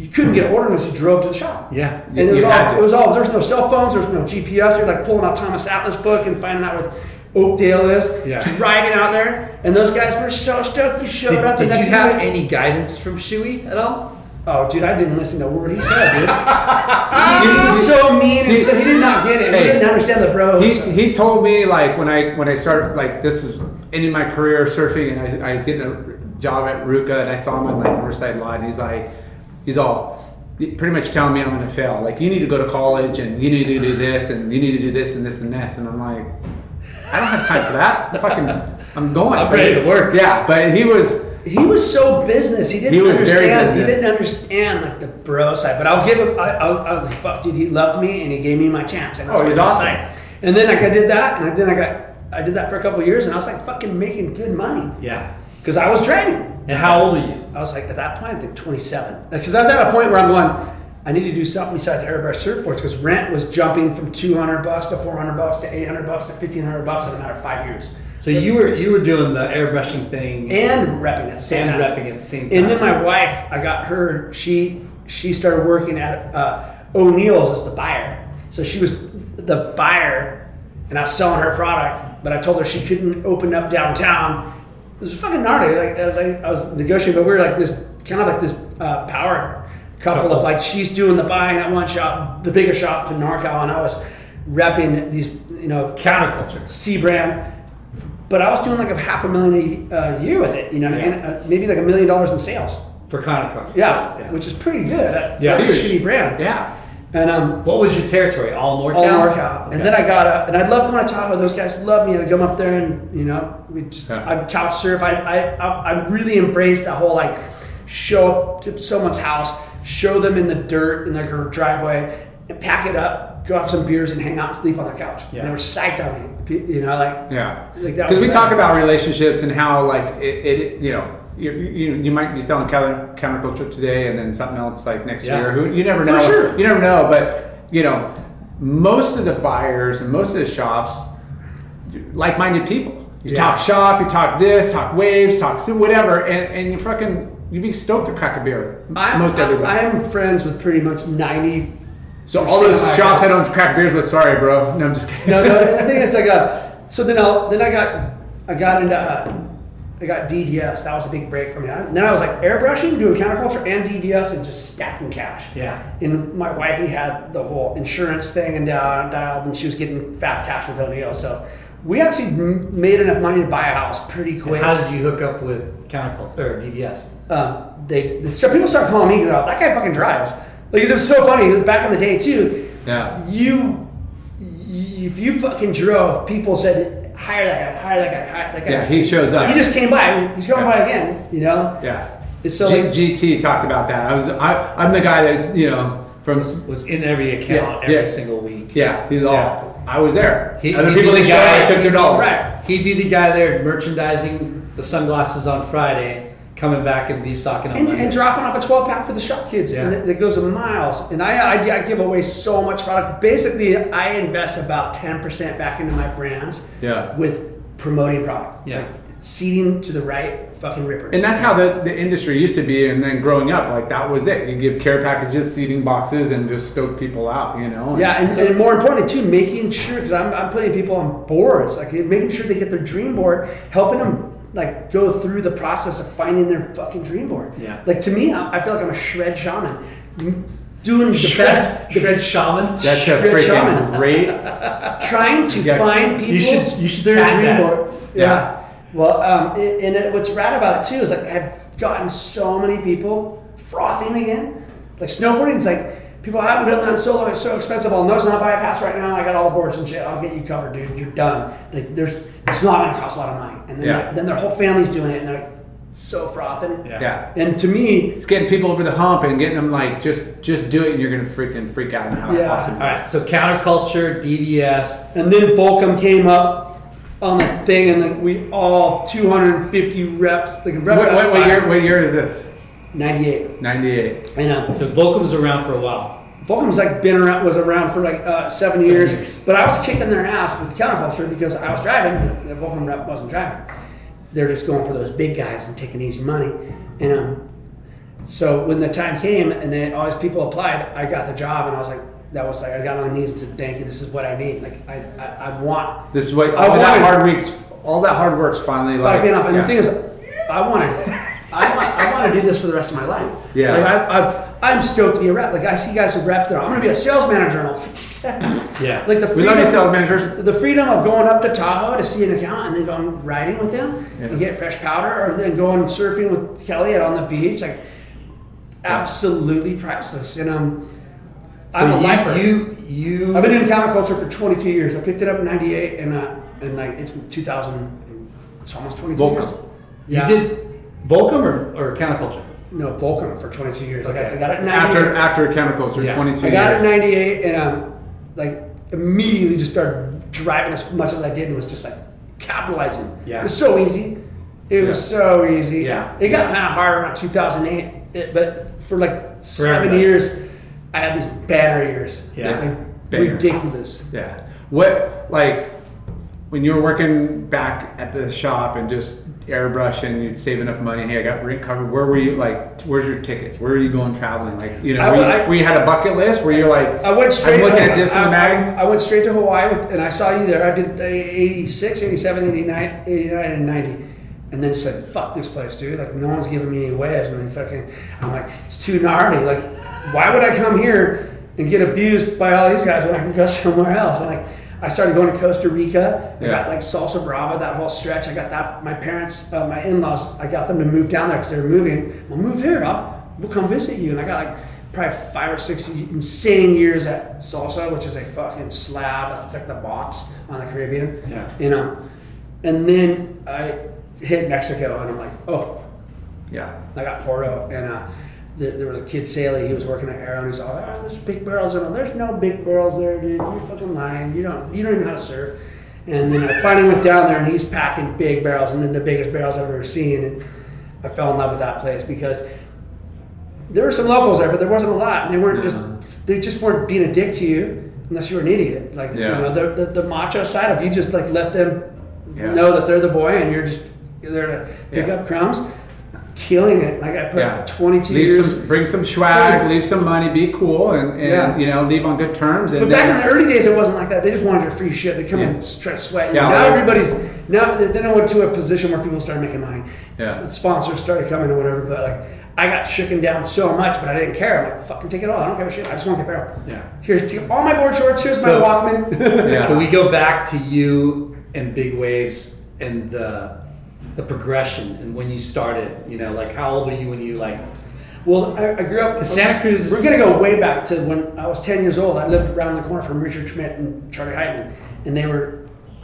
S6: You couldn't get an order unless you drove to the shop.
S3: Yeah.
S6: and it was
S4: You
S6: all,
S4: had to.
S6: it was all. There's no cell phones. There's no GPS. You're like pulling out Thomas Atlas book and finding out what Oakdale is.
S3: Yeah.
S6: Driving out there, and those guys were so stoked you showed
S3: Did,
S6: up.
S3: did
S6: and
S3: you
S6: that's
S3: have any guidance from Shuey at all?
S6: Oh, dude, I didn't listen to a word he said, dude. he was so mean. and so, he did not get it. he didn't understand the bro.
S4: He, he told me like when I when I started like this is ending my career surfing and I, I was getting a job at Ruka and I saw him on like Riverside Lodge and he's like he's all pretty much telling me I'm gonna fail. Like you need to go to college and you need to do this and you need to do this and this and this and I'm like I don't have time for that. I'm fucking I'm going.
S6: I'm ready to work.
S4: Yeah, but he was
S6: he was so business. He didn't
S4: He was very
S6: understand. He
S4: business.
S6: didn't understand like the bro side. But I'll give him. I, I'll, I'll, fuck, dude. He loved me and he gave me my chance. And I was
S4: Oh, he's
S6: like,
S4: awesome.
S6: "Sign." And then like I did that, and then I got I did that for a couple of years, and I was like fucking making good money.
S3: Yeah.
S6: Because I was driving.
S3: And how old are you?
S6: I was like at that point I think 27. Because I was at a point where I'm going. I need to do something besides airbrush surfboards because rent was jumping from 200 bucks to 400 bucks to 800 bucks to 1500 bucks in a matter of five years.
S3: So you were you were doing the airbrushing thing
S6: and repping at the same
S3: and
S6: time.
S3: repping at the same time.
S6: Mm-hmm. And then my wife, I got her. She she started working at uh, O'Neill's as the buyer. So she was the buyer, and I was selling her product. But I told her she couldn't open up downtown. It was fucking gnarly. Like I was, like, I was negotiating, but we were like this kind of like this uh, power couple,
S3: Couple.
S6: of like she's doing the buying at one shop, the bigger shop in NorCal, and I was repping these you know
S3: counterculture
S6: C brand but I was doing like a half a million a uh, year with it, you know, what I mean? uh, maybe like a million dollars in sales.
S3: for Conoco.
S6: Yeah, which is pretty good. uh,
S3: Yeah.
S6: for a
S3: Huge.
S6: shitty brand.
S4: Yeah.
S6: And um,
S3: What was your territory? All NorCal.
S6: all NorCal.
S3: Okay.
S6: And then I got up, and I love going to Tahoe. Those guys love me. I'd come up there, and you know, we just
S4: Yeah.
S6: I'd couch surf. I I I, I really embraced that whole like show up to someone's house, show them in the dirt in their driveway, and pack it up, go have some beers, and hang out and sleep on the couch.
S3: Yeah.
S6: And they were psyched on me. You know, like
S4: Yeah,
S6: Like that
S4: because
S6: was
S4: we
S6: bad.
S4: talk about relationships and how like it, it you know. You, you, you might be selling counter, counterculture today and then something else like next
S3: Yeah.
S4: year. Who you never
S6: For
S4: know.
S6: sure.
S4: You never know, but you know, most of the buyers and most of the shops, like-minded people. You
S3: Yeah.
S4: talk shop, you talk this, talk waves, talk su- whatever, and, and you fucking you'd be stoked to crack a beer with
S6: I'm,
S4: most
S6: I'm-
S4: everybody.
S6: I'm friends with pretty much 90.
S4: so all those shops I don't crack beers with, sorry, bro. No, I'm just kidding.
S6: No, no. the thing is, like, uh, so then I then I got I got into uh, I got DVS. That was a big break for me. And then I was like airbrushing, doing counterculture and DVS, and just stacking cash.
S3: Yeah.
S6: And my wifey had the whole insurance thing and uh, dialed, and she was getting fat cash with O'Neill. So we actually m- made enough money to buy a house pretty quick.
S3: How did you hook up with Counterculture or DVS?
S6: um, they, they start, people start calling me they're like, that guy fucking drives. Like it was so funny back in the day too.
S4: Yeah.
S6: You, you if you fucking drove, people said hire that guy, hire that guy, hire that guy.
S4: Yeah, he shows up.
S6: He just came by. He's going
S4: Yeah.
S6: by again. You know.
S4: Yeah.
S6: It's so
S4: G-
S6: like-
S4: GT talked about that. I was I, I'm the guy that you know from
S3: Was in every
S4: Yeah,
S3: account every
S4: yeah.
S3: single week.
S4: yeah he's all
S3: Yeah.
S4: I was there.
S3: He-
S4: Other
S3: he'd
S4: people that
S3: be the
S4: showed
S3: guy-
S4: I took their
S3: he'd-
S4: dollars.
S3: Right. He'd be the guy there merchandising the sunglasses on Friday, coming back and be stocking on
S6: and,
S3: Monday.
S6: and dropping off a 12 pack for the shop kids
S3: Yeah.
S6: and that, that goes a miles and I, I i give away so much product basically i invest about 10% back into my brands
S4: Yeah.
S6: with promoting product
S3: Yeah.
S6: like seeding to the right fucking rippers
S4: And that's how the, the industry used to be. And then growing up, like that was it. You give care packages, seating boxes, and just stoke people out. You know.
S6: yeah, and, and more importantly too, making sure because I'm, I'm putting people on boards, like making sure they get their dream board, helping them like go through the process of finding their fucking dream board.
S3: Yeah.
S6: Like to me, I, I feel like I'm a shred shaman, M- doing the best, the
S3: Shred shaman.
S4: That's a
S6: Shred
S4: freaking
S6: shaman.
S4: great.
S6: trying to
S4: Yeah.
S6: find people.
S3: You should- you should
S6: their
S3: patent
S6: dream
S3: that.
S6: board. Yeah. Well, um, and and it, what's rad about it too is like I've gotten so many people frothing again. Like snowboarding's like people I haven't done that in so long. It's so expensive. I'll no, it's not bypass right now. I got all the boards and shit. I'll get you covered, dude. You're done. Like there's, it's not gonna cost a lot of money. And then,
S4: Yeah.
S6: their- then their whole family's doing it, and they're like, so frothing.
S4: Yeah.
S6: And to me,
S4: It's getting people over the hump and getting them like just just do it, and you're gonna freaking freak out and how
S6: Yeah.
S4: awesome.
S3: All right. So counterculture, DVS.
S6: And then Volcom came up on the thing, and like we all 250 reps. Like rep
S4: What, what, what
S6: five,
S4: year? What year is this?
S6: 98.
S4: Ninety eight.
S6: And um,
S3: So Volcom's around for a while.
S6: Volcom's like been around, was around for like uh, seven,
S3: Seven
S6: years,
S3: years.
S6: but I was kicking their ass with counterculture because I was driving. and The Volcom rep wasn't driving. They're just going for those big guys and taking easy money. And um, so when the time came, and then all these people applied, I got the job, and I was like. That was like I got on my knees and said, "Thank you. This is what I need. Like I, I, I want
S4: This is what
S6: I
S4: all that
S6: wanted-
S4: hard weeks, all that hard work's finally
S6: Fuck
S4: like.
S6: it up. And
S4: yeah.
S6: the thing is, I wanted, I, wa- I want to do this for the rest of my life.
S4: Yeah.
S6: Like, I, I, I'm stoked to be a rep. Like, I see guys who rep there. I'm going to be a sales manager. And I'll
S4: Yeah.
S6: Like the
S4: We love you, sales managers.
S6: The freedom of going up to Tahoe to see an account and then going riding with them and get fresh powder, or then going surfing with Kelly out on the beach, like absolutely priceless. And um, I'm
S3: So
S6: a
S3: you-
S6: lifer.
S3: you- you.
S6: I've been doing counterculture for 22 years. I picked it up in '98, and uh, and like it's 2000. and It's almost 23 years.
S3: Volcom. You did Volcom or, or counterculture?
S6: No, Volcom for 22 years. I, got, I got it in 98.
S4: After after chemicals, or
S6: Yeah.
S4: 22
S6: I got it in
S4: years.
S6: '98, and um, like immediately just started driving as much as I did, and was just like capitalizing.
S4: Yeah.
S6: it was so easy. It was
S4: Yeah.
S6: so easy.
S4: Yeah.
S6: it got kind of hard around 2008, it- but for like seven
S4: everybody.
S6: years, I had these banner years.
S4: Yeah.
S6: like,
S4: Banner.
S6: ridiculous.
S4: Yeah. What like when you were working back at the shop and just airbrushing, you'd save enough money. Hey, I got rent covered. Where were you? Like, where's your tickets? Where are you going traveling? Like, you know,
S6: I
S4: where
S6: would-
S4: you-
S6: I-
S4: where you had a bucket list where you're like,
S6: I went straight.
S4: I'm looking at this in the
S6: I-
S4: bag.
S6: I, I went straight to Hawaii with, and I saw you there. I did uh, 86, 87, 89, 89, and 90. And then said, fuck this place, dude. Like, no one's giving me any waves. And they fucking, I'm like, it's too gnarly. Like, why would I come here and get abused by all these guys when I can go somewhere else? And like, I started going to Costa Rica. I
S4: Yeah.
S6: got like Salsa Brava, that whole stretch. I got that. My parents, uh, my in laws, I got them to move down there because they were moving. Well, move here. I'll, we'll come visit you. And I got like probably five or six insane years at Salsa, which is a fucking slab. It's like the box on the Caribbean.
S4: Yeah.
S6: You know? And then I hit Mexico and I'm like, oh,
S4: Yeah.
S6: I got Porto, and uh, there, there was a kid Saley. He was working at Arrow, and he's all, "Oh, there's big barrels in them. There's no big barrels there, dude. You're fucking lying. You don't, you don't even know how to surf." And then I finally went down there, and he's packing big barrels, and then the biggest barrels I've ever seen. And I fell in love with that place because there were some locals there, but there wasn't a lot. And they weren't just, they just weren't being a dick to you unless you were an idiot. Like you
S4: Yeah.
S6: know, the, the, the macho side of you just like let them
S4: Yeah.
S6: know that they're the boy, and you're just you're there to pick
S4: Yeah.
S6: up crumbs killing it. Like I put
S4: Yeah.
S6: 22
S4: leave
S6: years.
S4: Some, bring some swag,
S6: 20
S4: leave some money, be cool, and, and
S6: Yeah.
S4: you know, leave on good terms. And
S6: but back
S4: then-
S6: in the early days, it wasn't like that. They just wanted your free shit. They come
S4: Yeah.
S6: in and try to sweat. you.
S4: Yeah,
S6: now
S4: like-
S6: everybody's now they then I went to a position where people started making money.
S4: Yeah.
S6: Sponsors started coming or whatever. But like I got shooken down so much, but I didn't care. I'm like fucking take it all. I don't give a shit. I just want to get barrel.
S4: Yeah.
S6: Here's take all my board shorts. Here's
S3: So-
S6: my Walkman.
S4: Yeah.
S3: Can we go back to you and Big Waves and the the progression and when you started? You know, like how old were you when you like?
S6: Well, I, I grew up.
S3: 'Cause Santa Cruz-
S6: We're gonna go way back to when I was ten years old. I lived around the corner from Richard Schmidt and Charlie Heitman, and they were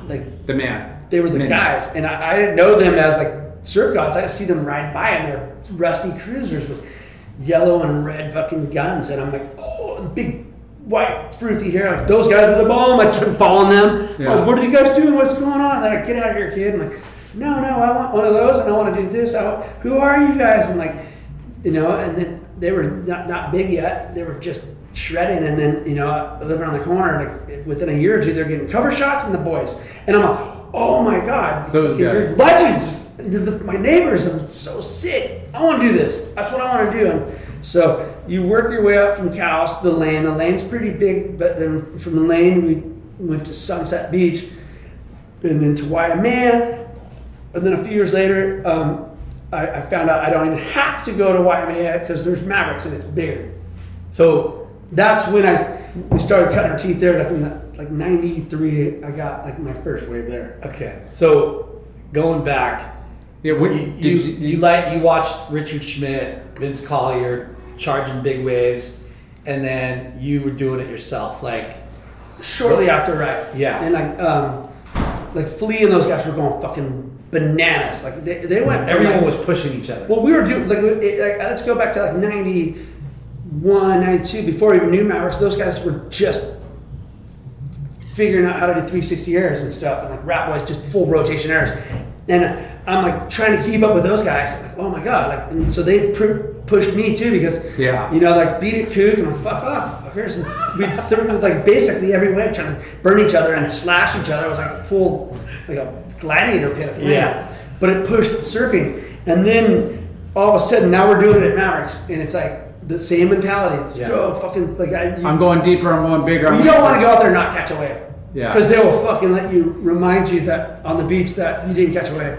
S6: like
S4: the man.
S6: they were the
S4: Man.
S6: guys, and I, I didn't know them as like surf gods. I just see them ride by in their rusty cruisers with yellow and red fucking guns, and I'm like, oh, and big white fruity hair. Like those guys are the bomb. I kept following them.
S4: Yeah.
S6: Oh, what are you guys doing? What's going on? And then I get out of here, kid. And like, no, no, I want one of those, and I want to do this. I want, who are you guys? And like, you know, and then they were not, not big yet. They were just shredding, and then you know, living on the corner. And like, within a year or two, they're getting cover shots and the boys. And I'm like, oh my god,
S4: Those
S6: you're
S4: guys.
S6: legends. You're the, my neighbors. I'm so sick. I want to do this. That's what I want to do. And so you work your way up from cows to the lane. The lane's pretty big, but then from the lane we went to Sunset Beach, and then to Waimea, and then a few years later, um, I, I found out I don't even have to go to Waimea because there's Mavericks and it's bigger.
S3: So
S6: That's when I we started cutting our teeth there. Like in the, like '93, I got like my first wave there.
S3: okay, so going back,
S4: Yeah, when,
S3: you
S4: did
S3: you,
S4: you,
S3: you, like you watched Richard Schmidt, Vince Collier charging Big Waves, and then you were doing it yourself, like.
S6: shortly after right
S3: Yeah.
S6: and like um like flea and those guys were going fucking bananas like they, they went from,
S3: Everyone
S6: like-
S3: was pushing each other.
S6: well we were doing like, it, like let's go back to like 91 92 before we even knew mavericks those guys were just figuring out how to do 360 airs and stuff and like rap was just full rotation airs and i'm like trying to keep up with those guys like oh my god like and so they pr- pushed me too because
S4: Yeah.
S6: you know like beat it kook and like fuck off fuckers and we threw like basically every way trying to burn each other and slash each other it was like a full like a gladiator pit at the end.
S3: Yeah.
S6: but it pushed surfing and then all of a sudden now we're doing it at mavericks and it's like the same mentality it's
S3: Yeah.
S6: go fucking like I, you,
S4: I'm going deeper, I'm going bigger. I'm
S6: you don't want to go out there and not catch a wave.
S4: Yeah.
S6: Because they will fucking let you remind you that on the beach that you didn't catch a wave.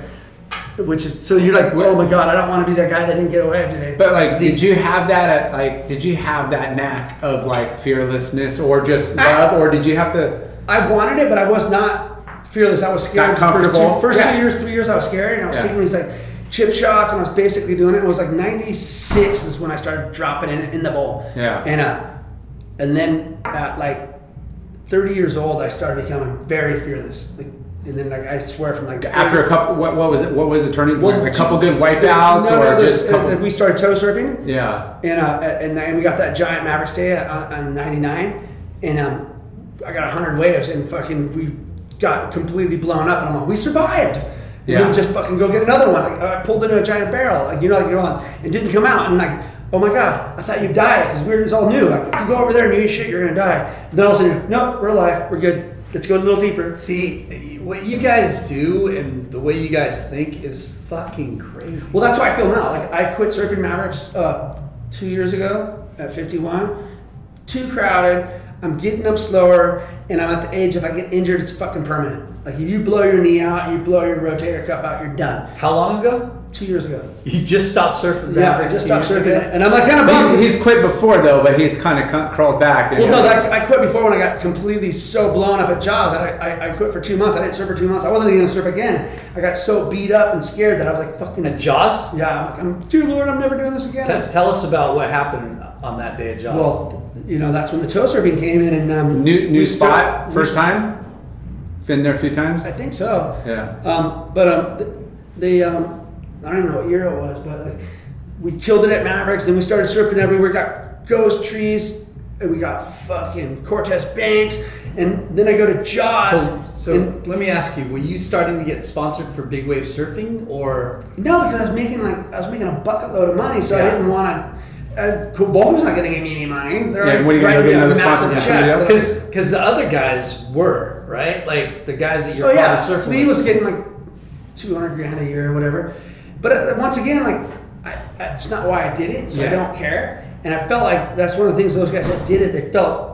S6: Which is so you're like, oh my god, I don't want to be that guy that didn't get away today.
S4: But like, did you have that at like? Did you have that knack of like fearlessness or just love, or did you have to?
S6: I wanted it, but I was not fearless. I was
S4: Not
S6: scared. the
S4: comfortable.
S6: First, two, first
S4: Yeah.
S6: two years, three years, I was scared, and I was
S4: Yeah.
S6: taking these like chip shots, and I was basically doing it. It was like '96 is when I started dropping in in the bowl.
S4: Yeah.
S6: And uh, and then at like 30 years old, I started becoming very fearless. Like, and then like I swear from like
S4: After a couple, what, what was it? What was the turning point?
S6: Well,
S4: a couple good wipeouts,
S6: No, no,
S4: or
S6: there's-
S4: just a couple,
S6: uh, we started toe surfing.
S4: yeah.
S6: And, uh, and and we got that giant Mavericks day on, uh, on 99, and um, I got 100 waves, and fucking we got completely blown up, and I'm like, we survived. And
S4: Yeah.
S6: then just fucking go get another one. Like, I pulled into a giant barrel, like you know, like you're on, and didn't come out, and like. Oh my God! I thought you died because we were it's all new. Like, if you go over there and you eat shit, you're gonna die. And then all of a sudden, no, we're alive. We're good. Let's go a little deeper.
S10: See, what you guys do and the way you guys think is fucking crazy.
S6: Well, that's how I feel now. Like I quit surfing Mavericks uh, two years ago at 51. Too crowded. I'm getting up slower, and I'm at the age if I get injured, it's fucking permanent. Like if you blow your knee out, you blow your rotator cuff out, you're done.
S3: How long ago?
S6: Two years ago.
S3: You just stopped surfing.
S6: Yeah, I
S3: Mavericks
S6: just
S3: two
S6: stopped
S3: years
S6: surfing,
S3: ago?
S6: and I'm like kind of bummed.
S4: He- he's quit before though, but he's kind of cu- crawled back. and-
S6: Well, no, that, I quit before when I got completely so blown up at Jaws. I, I, I quit for two months. I didn't surf for two months. I wasn't even going to surf again. I got so beat up and scared that I was like, fucking.
S3: At Jaws?
S6: Yeah, I'm like, I'm, dear Lord, I'm never doing this again.
S3: Te- tell us about what happened on that day at Jaws.
S6: Well, you know, that's when the toe surfing came in and um,
S4: new new
S6: we
S4: spot,
S6: start-
S4: first
S6: we-
S4: time. Been there a few times.
S6: I think so.
S4: Yeah.
S6: Um, but um, th- they, um, I don't even know what year it was, but like, we killed it at Mavericks, and we started surfing everywhere. Got ghost trees, and we got fucking Cortez Banks, and then I go to Jaws.
S10: So, so
S6: and-
S10: let me ask you: Were you starting to get sponsored for big wave surfing, or
S6: no, because I was making like I was making a bucket load of money, so I
S10: Yeah.
S6: didn't want to. Uh, Volvo's not going to give me any money. They're
S4: Yeah, what are you gonna
S6: writing
S4: go get
S6: me a
S4: another sponsor
S6: massive
S4: from somebody
S6: check.
S4: else?
S6: That's-
S3: because the other guys were right, like the guys that you're
S6: oh yeah,
S3: probably surfing.
S6: Flea
S3: with.
S6: was getting like two hundred grand a year or whatever. But uh, once again, like I, that's not why I did it, so I
S3: Yeah.
S6: don't care. And I felt like that's one of the things those guys that did it. They felt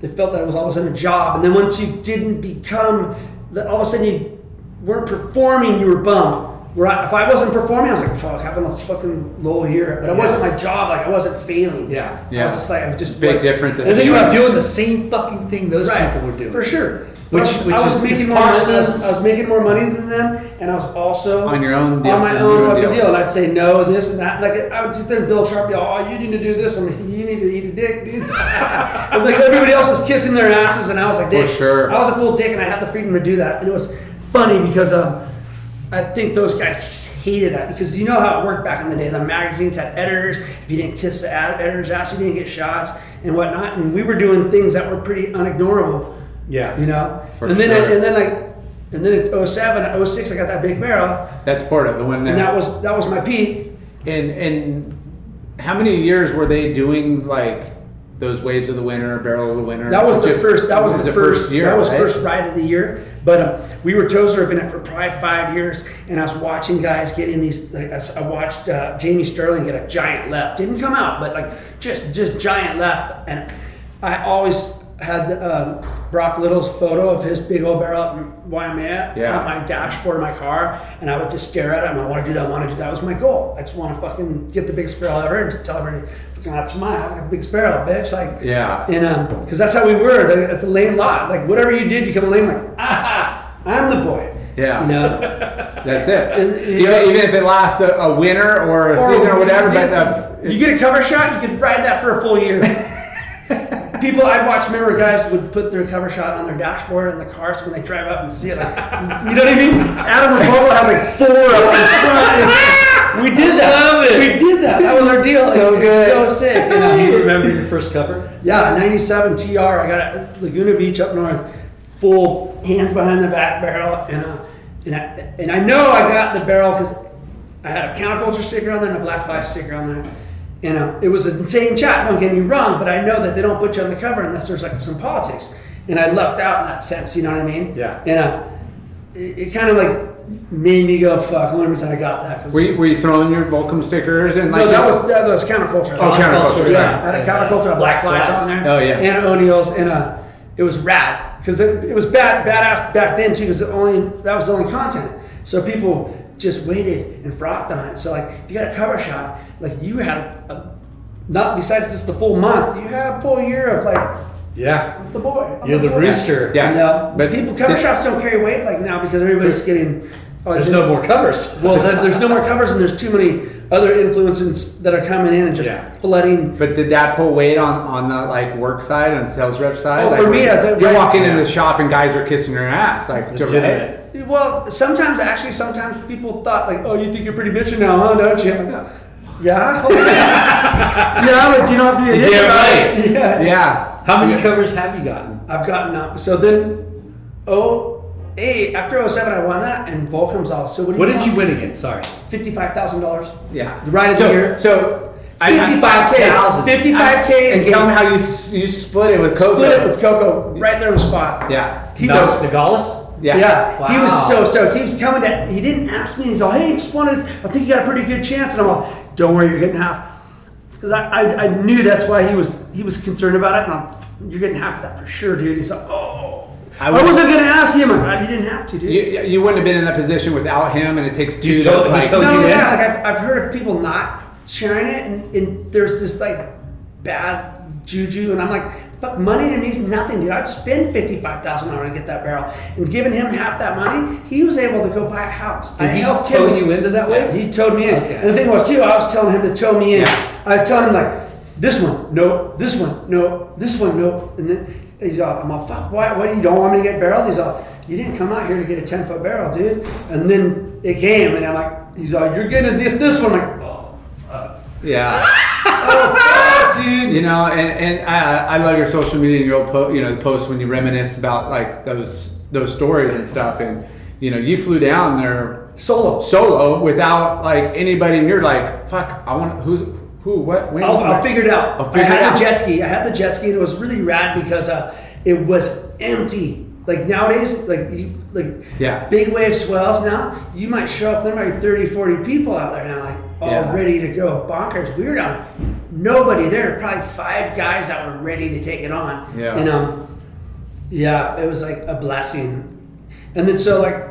S6: they felt that it was always in a job, and then once you didn't become, that all of a sudden you weren't performing, you were bummed. Where I, if I wasn't performing, I was like, "Fuck, having a fucking low year." But it wasn't my job; like I wasn't failing.
S3: Yeah.
S6: I
S4: Yeah.
S6: was just like, I just
S4: Big
S6: was-
S4: difference in
S10: and
S4: the
S10: you were
S4: job.
S10: doing the same fucking thing those people were doing?
S6: for sure.
S10: Which-
S6: But I was-
S10: which
S6: I was
S10: is-
S6: making
S10: is
S6: more money. I
S10: Parsons.
S6: was, I was making more money than them, and I was also
S4: On your own deal,
S6: on my
S4: on
S6: own
S4: your own
S6: fucking
S4: deal.
S6: deal. And I'd say no, this and that. Like I would just then Bill Sharp, yell, oh, you need to do this. I'm like, you need to eat a dick, dude. And, like everybody else was kissing their asses, and I was like,
S4: For
S6: dick.
S4: sure.
S6: I was a full dick, and I had the freedom to do that. And it was funny because um, I think those guys just hated that because you know how it worked back in the day. The magazines had editors. If you didn't kiss the ad- editor's ass, you didn't get shots and whatnot. And we were doing things that were pretty unignorable.
S3: Yeah.
S6: You know?
S4: For
S6: and then
S4: sure.
S6: I, and then like and then oh at 07, 06, I got that big barrel.
S4: That's part of the one.
S6: And that was that was my peak.
S4: And and how many years were they doing like those waves of the winter, barrel of the winter?
S6: That was the
S4: Just-
S6: first. That was the first,
S4: year.
S6: That was
S4: right?
S6: first ride of the year. But um, we were toe surfing it for probably five years, and I was watching guys getting these. Like I, s- I watched uh, Jamie Sterling get a giant left. Didn't come out, but like just just giant left. And I always had um, Brock Little's photo of his big old barrel up in Waimea
S4: Yeah.
S6: on my dashboard of my car, and I would just stare at it. And I want to do that. I want to do that. That was my goal. I just want to fucking get the biggest barrel ever and tell everybody, "Fucking, that's mine. I've got the biggest barrel, bitch." Like
S4: Yeah.
S6: and um, because that's how we were the, at the lane lot. Like whatever you did, become a lane like ah, I'm the boy.
S4: Yeah.
S6: You know,
S4: That's it.
S6: And-
S4: even, even if it lasts a, a winter or a season or whatever, but uh,
S6: you get a cover shot, you could ride that for a full year. People I watch, remember guys would put their cover shot on their dashboard in the cars when they drive up and see it. Like, you know what I mean? Adam and Bobo had like four up in front. We did that. We did that. That was our deal.
S4: So
S6: It-
S4: good.
S6: It's so sick. you know?
S3: you remember your first cover?
S6: Yeah, 97 TR. I got it at Laguna Beach up north, full hands behind the back barrel, and uh, and I, and I know I got the barrel because I had a counterculture sticker on there and a black flag sticker on there. And uh, it was an insane shot, don't get me wrong, but I know that they don't put you on the cover unless there's like some politics. And I lucked out in that sense, you know what I mean?
S3: Yeah.
S6: And uh, it, it kind of like made me go, fuck, the only reason I got that. 'cause-
S4: were you, were you throwing your Volcom stickers and like
S6: no, that
S4: this-
S6: was that was counterculture.
S4: Oh, counterculture,
S6: Yeah,
S4: right.
S6: I had a counterculture, a black flags on there.
S4: Oh, yeah.
S6: and O'Neill's, and uh, it was rad because it, it was bad, badass back then too. Because only that was the only content. So people just waited and frothed on it. So like, if you got a cover shot, like you had a, not besides just the full month, you had a full year of like
S4: Yeah.
S6: the boy.
S4: You're the rooster.
S6: Yeah. You know,
S4: But
S6: but people cover
S4: the-
S6: shots don't carry weight like now because everybody's getting. oh,
S4: There's
S6: it's-
S4: no more covers.
S6: Well, then there's no more covers, and there's too many other influences that are coming in and just flooding.
S4: But did that pull weight on on the like work side, on sales rep side?
S6: Oh,
S4: Like,
S6: for me, as a-
S4: you're walking in the shop and guys are kissing your ass, like to-
S6: Legitimate. Well, sometimes actually, sometimes people thought like, "Oh, you think you're pretty bitchin' now, huh? Don't you?" Yeah. yeah, but you don't have to be a
S4: You
S6: dick
S4: get it
S6: about
S4: right.
S6: it. Yeah.
S4: Yeah.
S3: How many covers have you gotten?
S6: I've gotten up. So then, oh, hey, after 07, I won that, and Vol comes off. So what, do
S3: What did you win
S6: again? Sorry, fifty-five thousand dollars.
S4: Yeah.
S6: Right as
S4: so,
S6: here.
S4: So I- I-
S6: 55K. 55K.
S4: And tell them how you s- you split it with Coco.
S6: Split it with Coco right there on the spot.
S4: Yeah.
S6: He's
S4: No,
S6: a-
S3: Nogales?
S4: Yeah.
S6: Yeah, he was
S4: Wow.
S6: so stoked. He was coming to. He didn't ask me. He's all, "Hey, just wanted. I think you got a pretty good chance." And I'm all, "Don't worry, you're getting half." Because I, I, I knew that's why he was he was concerned about it. And I'm, "You're getting half of that for sure, dude." He's like, "Oh, I,
S4: would-
S6: wasn't gonna ask you." I'm like, "You didn't have to, dude."
S4: You, you wouldn't have been in that position without him, and it takes two.
S6: You
S4: to, like,
S6: not only that, like I've, I've heard of people not sharing it, and, and there's this like bad juju, and I'm like, fuck, money to me is nothing, dude. I'd spend fifty five thousand dollars to get that barrel, and giving him half that money, he was able to go buy a house.
S3: Did
S6: I
S3: he
S6: helped
S3: tow
S6: him.
S3: you into that way?
S6: Yeah, he towed me in.
S3: Okay.
S6: And the thing was too, I was telling him to tow me in. I was telling him like, this one, no, this one, no, this one, no, and then he's all, I'm all, fuck, why, why do you don't want me to get barreled? He's all, you didn't come out here to get a ten foot barrel, dude. And then it came, and I'm like, he's all, you're gonna get this one, I'm like, oh,
S4: Yeah.
S6: dude.
S4: You know, and and I, I love your social media and your old po- you know posts when you reminisce about like those those stories and stuff, and you know you flew down there
S6: solo
S4: solo without like anybody, and you're like fuck, I want who's who what when
S6: I'll, I'll figure it out.
S4: I'll
S6: I
S4: figure
S6: had
S4: it out.
S6: the jet ski. I had the jet ski, and it was really rad because uh, it was empty. Like nowadays, like you, like
S4: Yeah.
S6: big wave swells now, you might show up, there might be 30, 40 people out there now, like all
S4: Yeah.
S6: ready to go bonkers. We were down there, nobody there, probably five guys that were ready to take it on.
S4: Yeah.
S6: And um, yeah, it was like a blessing. And then so like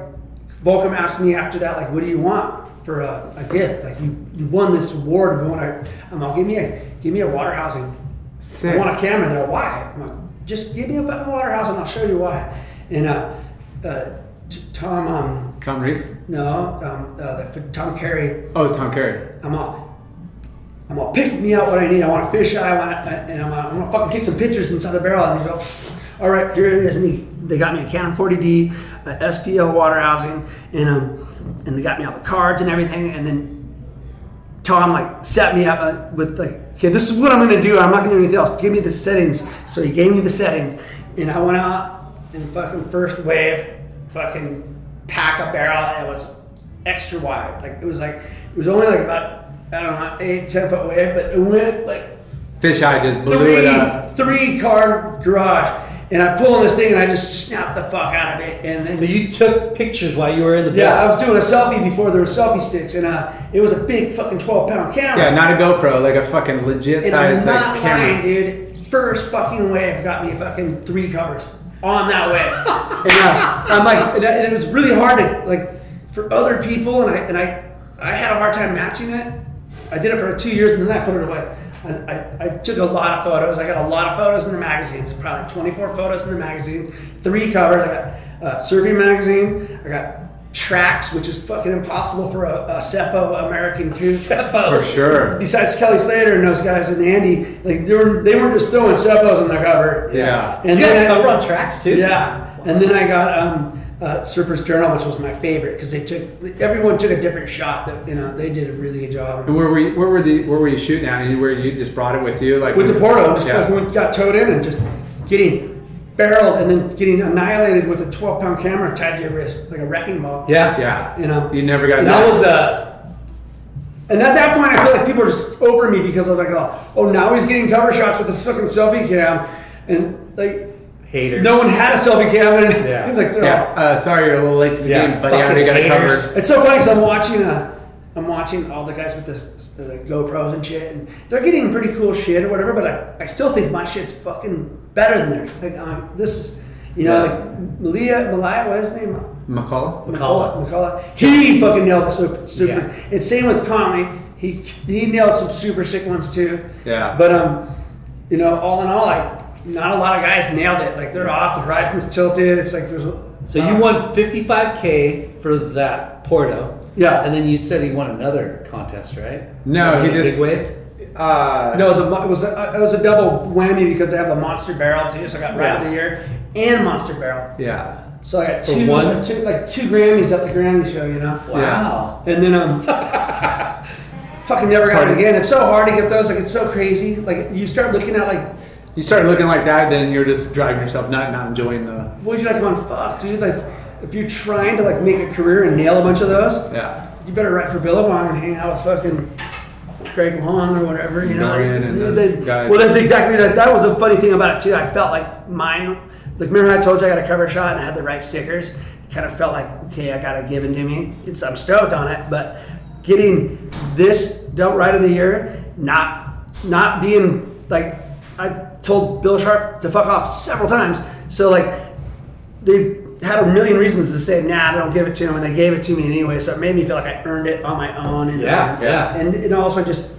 S6: Volcom asked me after that, like, what do you want for a, a gift? Like you, you won this award, we want to I'm like, give me a give me a water housing.
S4: Sick.
S6: I want a camera. They're like, why? I'm like, just give me a fucking water house and I'll show you why. And uh, uh, t- Tom, um,
S4: Tom Reese.
S6: no, um, uh, the, Tom Carey,
S4: Oh, Tom Carey.
S6: I'm all, I'm all, pick me out what I need. I want a fish eye, I want, and I'm, all, I'm gonna fucking take some pictures inside the barrel. And he's all, all right, here it is. And he, they got me a Canon 40D, a SPL water housing, and um, and they got me all the cards and everything. And then Tom like set me up uh, with like, okay, this is what I'm gonna do. I'm not gonna do anything else. Give me the settings. So he gave me the settings, and I went out and fucking first wave, fucking pack a barrel. And it was extra wide. Like it was like it was only like about I don't know eight ten foot wave, but it went like
S4: Fish Eye just blew it
S6: three
S4: up.
S6: three car garage. And I pull on this thing and I just snap the fuck out of it. And then
S3: So you took pictures while you were in the
S6: yeah, I
S3: boat.
S6: was doing a selfie before there were selfie sticks, and uh, it was a big fucking twelve pound camera.
S4: Yeah, not a GoPro, like a fucking legit
S6: And I'm
S4: size
S6: not
S4: like camera.
S6: lying, dude. First fucking wave got me fucking three covers on that wave. and uh, I'm like, and, I- and it was really hard to like for other people, and I and I I had a hard time matching it. I did it for two years, and then I put it away. I, I, I took a lot of photos. I got a lot of photos in the magazines. Probably 24 photos in the magazine. Three covers. I got uh, Survey magazine. I got Tracks, which is fucking impossible for a, a Seppo American dude.
S4: For sure.
S6: Besides Kelly Slater and those guys and Andy, like they were they weren't just throwing sepos on their cover.
S4: Yeah.
S6: And
S3: you
S6: then
S3: got a cover
S6: I,
S3: on tracks too.
S6: yeah. And then I got um, uh, Surfers Journal, which was my favorite because they took everyone took a different shot. That you know they did a really good job.
S4: And where were you, where were the where were you shooting at? And where you just brought it with you, like
S6: With the Porto, just
S4: Yeah.
S6: fucking went- got towed in and just getting barreled and then getting annihilated with a 12 pound camera tied to your wrist like a wrecking ball.
S3: Yeah.
S4: yeah,
S6: You know.
S4: you never got
S6: And
S4: that.
S3: That was uh,
S6: And at that point, I feel like people are just over me because I'm like, oh, oh, now he's getting cover shots with a fucking selfie cam, and like
S3: haters.
S6: no one had a selfie cam, and
S3: Yeah.
S6: like they're
S4: yeah.
S6: all-
S4: Uh, sorry, you're a little late to the
S3: Yeah,
S4: game, buddy. I already
S3: fucking
S4: got it
S3: haters.
S4: covered.
S6: It's so funny because I'm watching uh, I'm watching all the guys with the, the GoPros and shit, and they're getting pretty cool shit or whatever. But I, I still think my shit's fucking better than theirs. Like um, this is, you know, like Malia, Malia, what is his name?
S4: McCullough?
S6: McCullough. McCullough. He fucking nailed the super. super. And same with Conley. He he nailed some super sick ones too.
S4: Yeah.
S6: But um, you know, all in all, like not a lot of guys nailed it. Like they're off. The horizon's tilted. It's like there's.
S3: So
S4: Um,
S3: you won 55k for that Porto.
S6: Yeah.
S3: And then you said he won another contest, right?
S4: No,
S3: Another
S4: he just-
S3: big weight.
S4: Uh,
S6: no, the mo- it was a, it was a double whammy because I have the Monster Barrel too, so I got Rat of the Year and Monster Barrel.
S4: Yeah.
S6: So I got
S4: For
S6: two,
S4: one?
S6: two- like two Grammys at the Grammy show, you know.
S4: Wow.
S6: And then um, fucking never got it
S4: Pardon?
S6: again. It's so hard to get those. Like it's so crazy. Like you start looking at like,
S4: You start looking like that, then you're just driving yourself not not enjoying the.
S6: what you like going? Fuck, dude. Like if you're trying to like make a career and nail a bunch of those,
S4: Yeah.
S6: you better write for Billabong and hang out with fucking Craig Long or whatever, you know.
S4: Ryan and
S6: They-
S4: those
S6: they-
S4: guys.
S6: Well, that's exactly that. That was a funny thing about it too. I felt like mine, like remember how I told you I got a cover shot and I had the right stickers. Kind of felt like okay, I got it given to me. It's I'm stoked on it, but getting this Delt Right of the Year, not not being like I told Bill Sharp to fuck off several times. So like they had a million reasons to say, nah, I don't give it to him, and they gave it to me anyway. So it made me feel like I earned it on my own. And,
S10: Yeah, yeah.
S6: And it also just,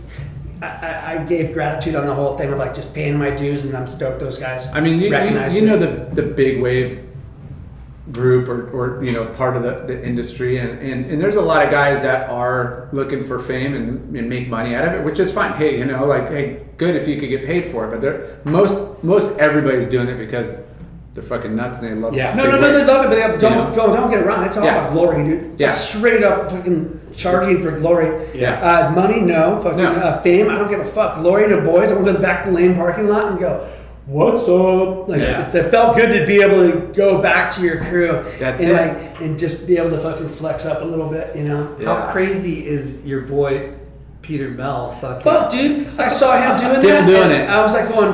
S6: I, I, I gave gratitude on the whole thing of like just paying my dues, and I'm stoked those guys.
S4: I mean, you,
S6: recognized
S4: you, you
S6: it.
S4: know the the big wave group or, or you know part of the, the industry and, and and there's a lot of guys that are looking for fame and, and make money out of it which is fine hey you know like hey good if you could get paid for it but they're most most everybody's doing it because they're fucking nuts and they love
S6: Yeah.
S4: big
S6: No, no, no,
S4: waves.
S6: they love it, but they- don't,
S4: Yeah.
S6: don't, don't get it wrong. It's all
S4: Yeah.
S6: about glory, dude. It's
S4: Yeah.
S6: like straight up fucking charging for glory.
S4: Yeah.
S6: Uh, money, no. Fucking Uh, fame, I don't give a fuck. Glory to boys, I'm gonna go back to the lane parking lot and go, what's up? Like,
S4: Yeah.
S6: it, it felt good to be able to go back to your crew
S4: That's
S6: and
S4: it.
S6: like and just be able to fucking flex up a little bit, you know?
S3: How crazy is your boy Peter Mel? Fucking
S6: Fuck, dude, I saw him doing
S3: Still
S6: that.
S3: doing
S6: and
S3: it.
S6: I was like going,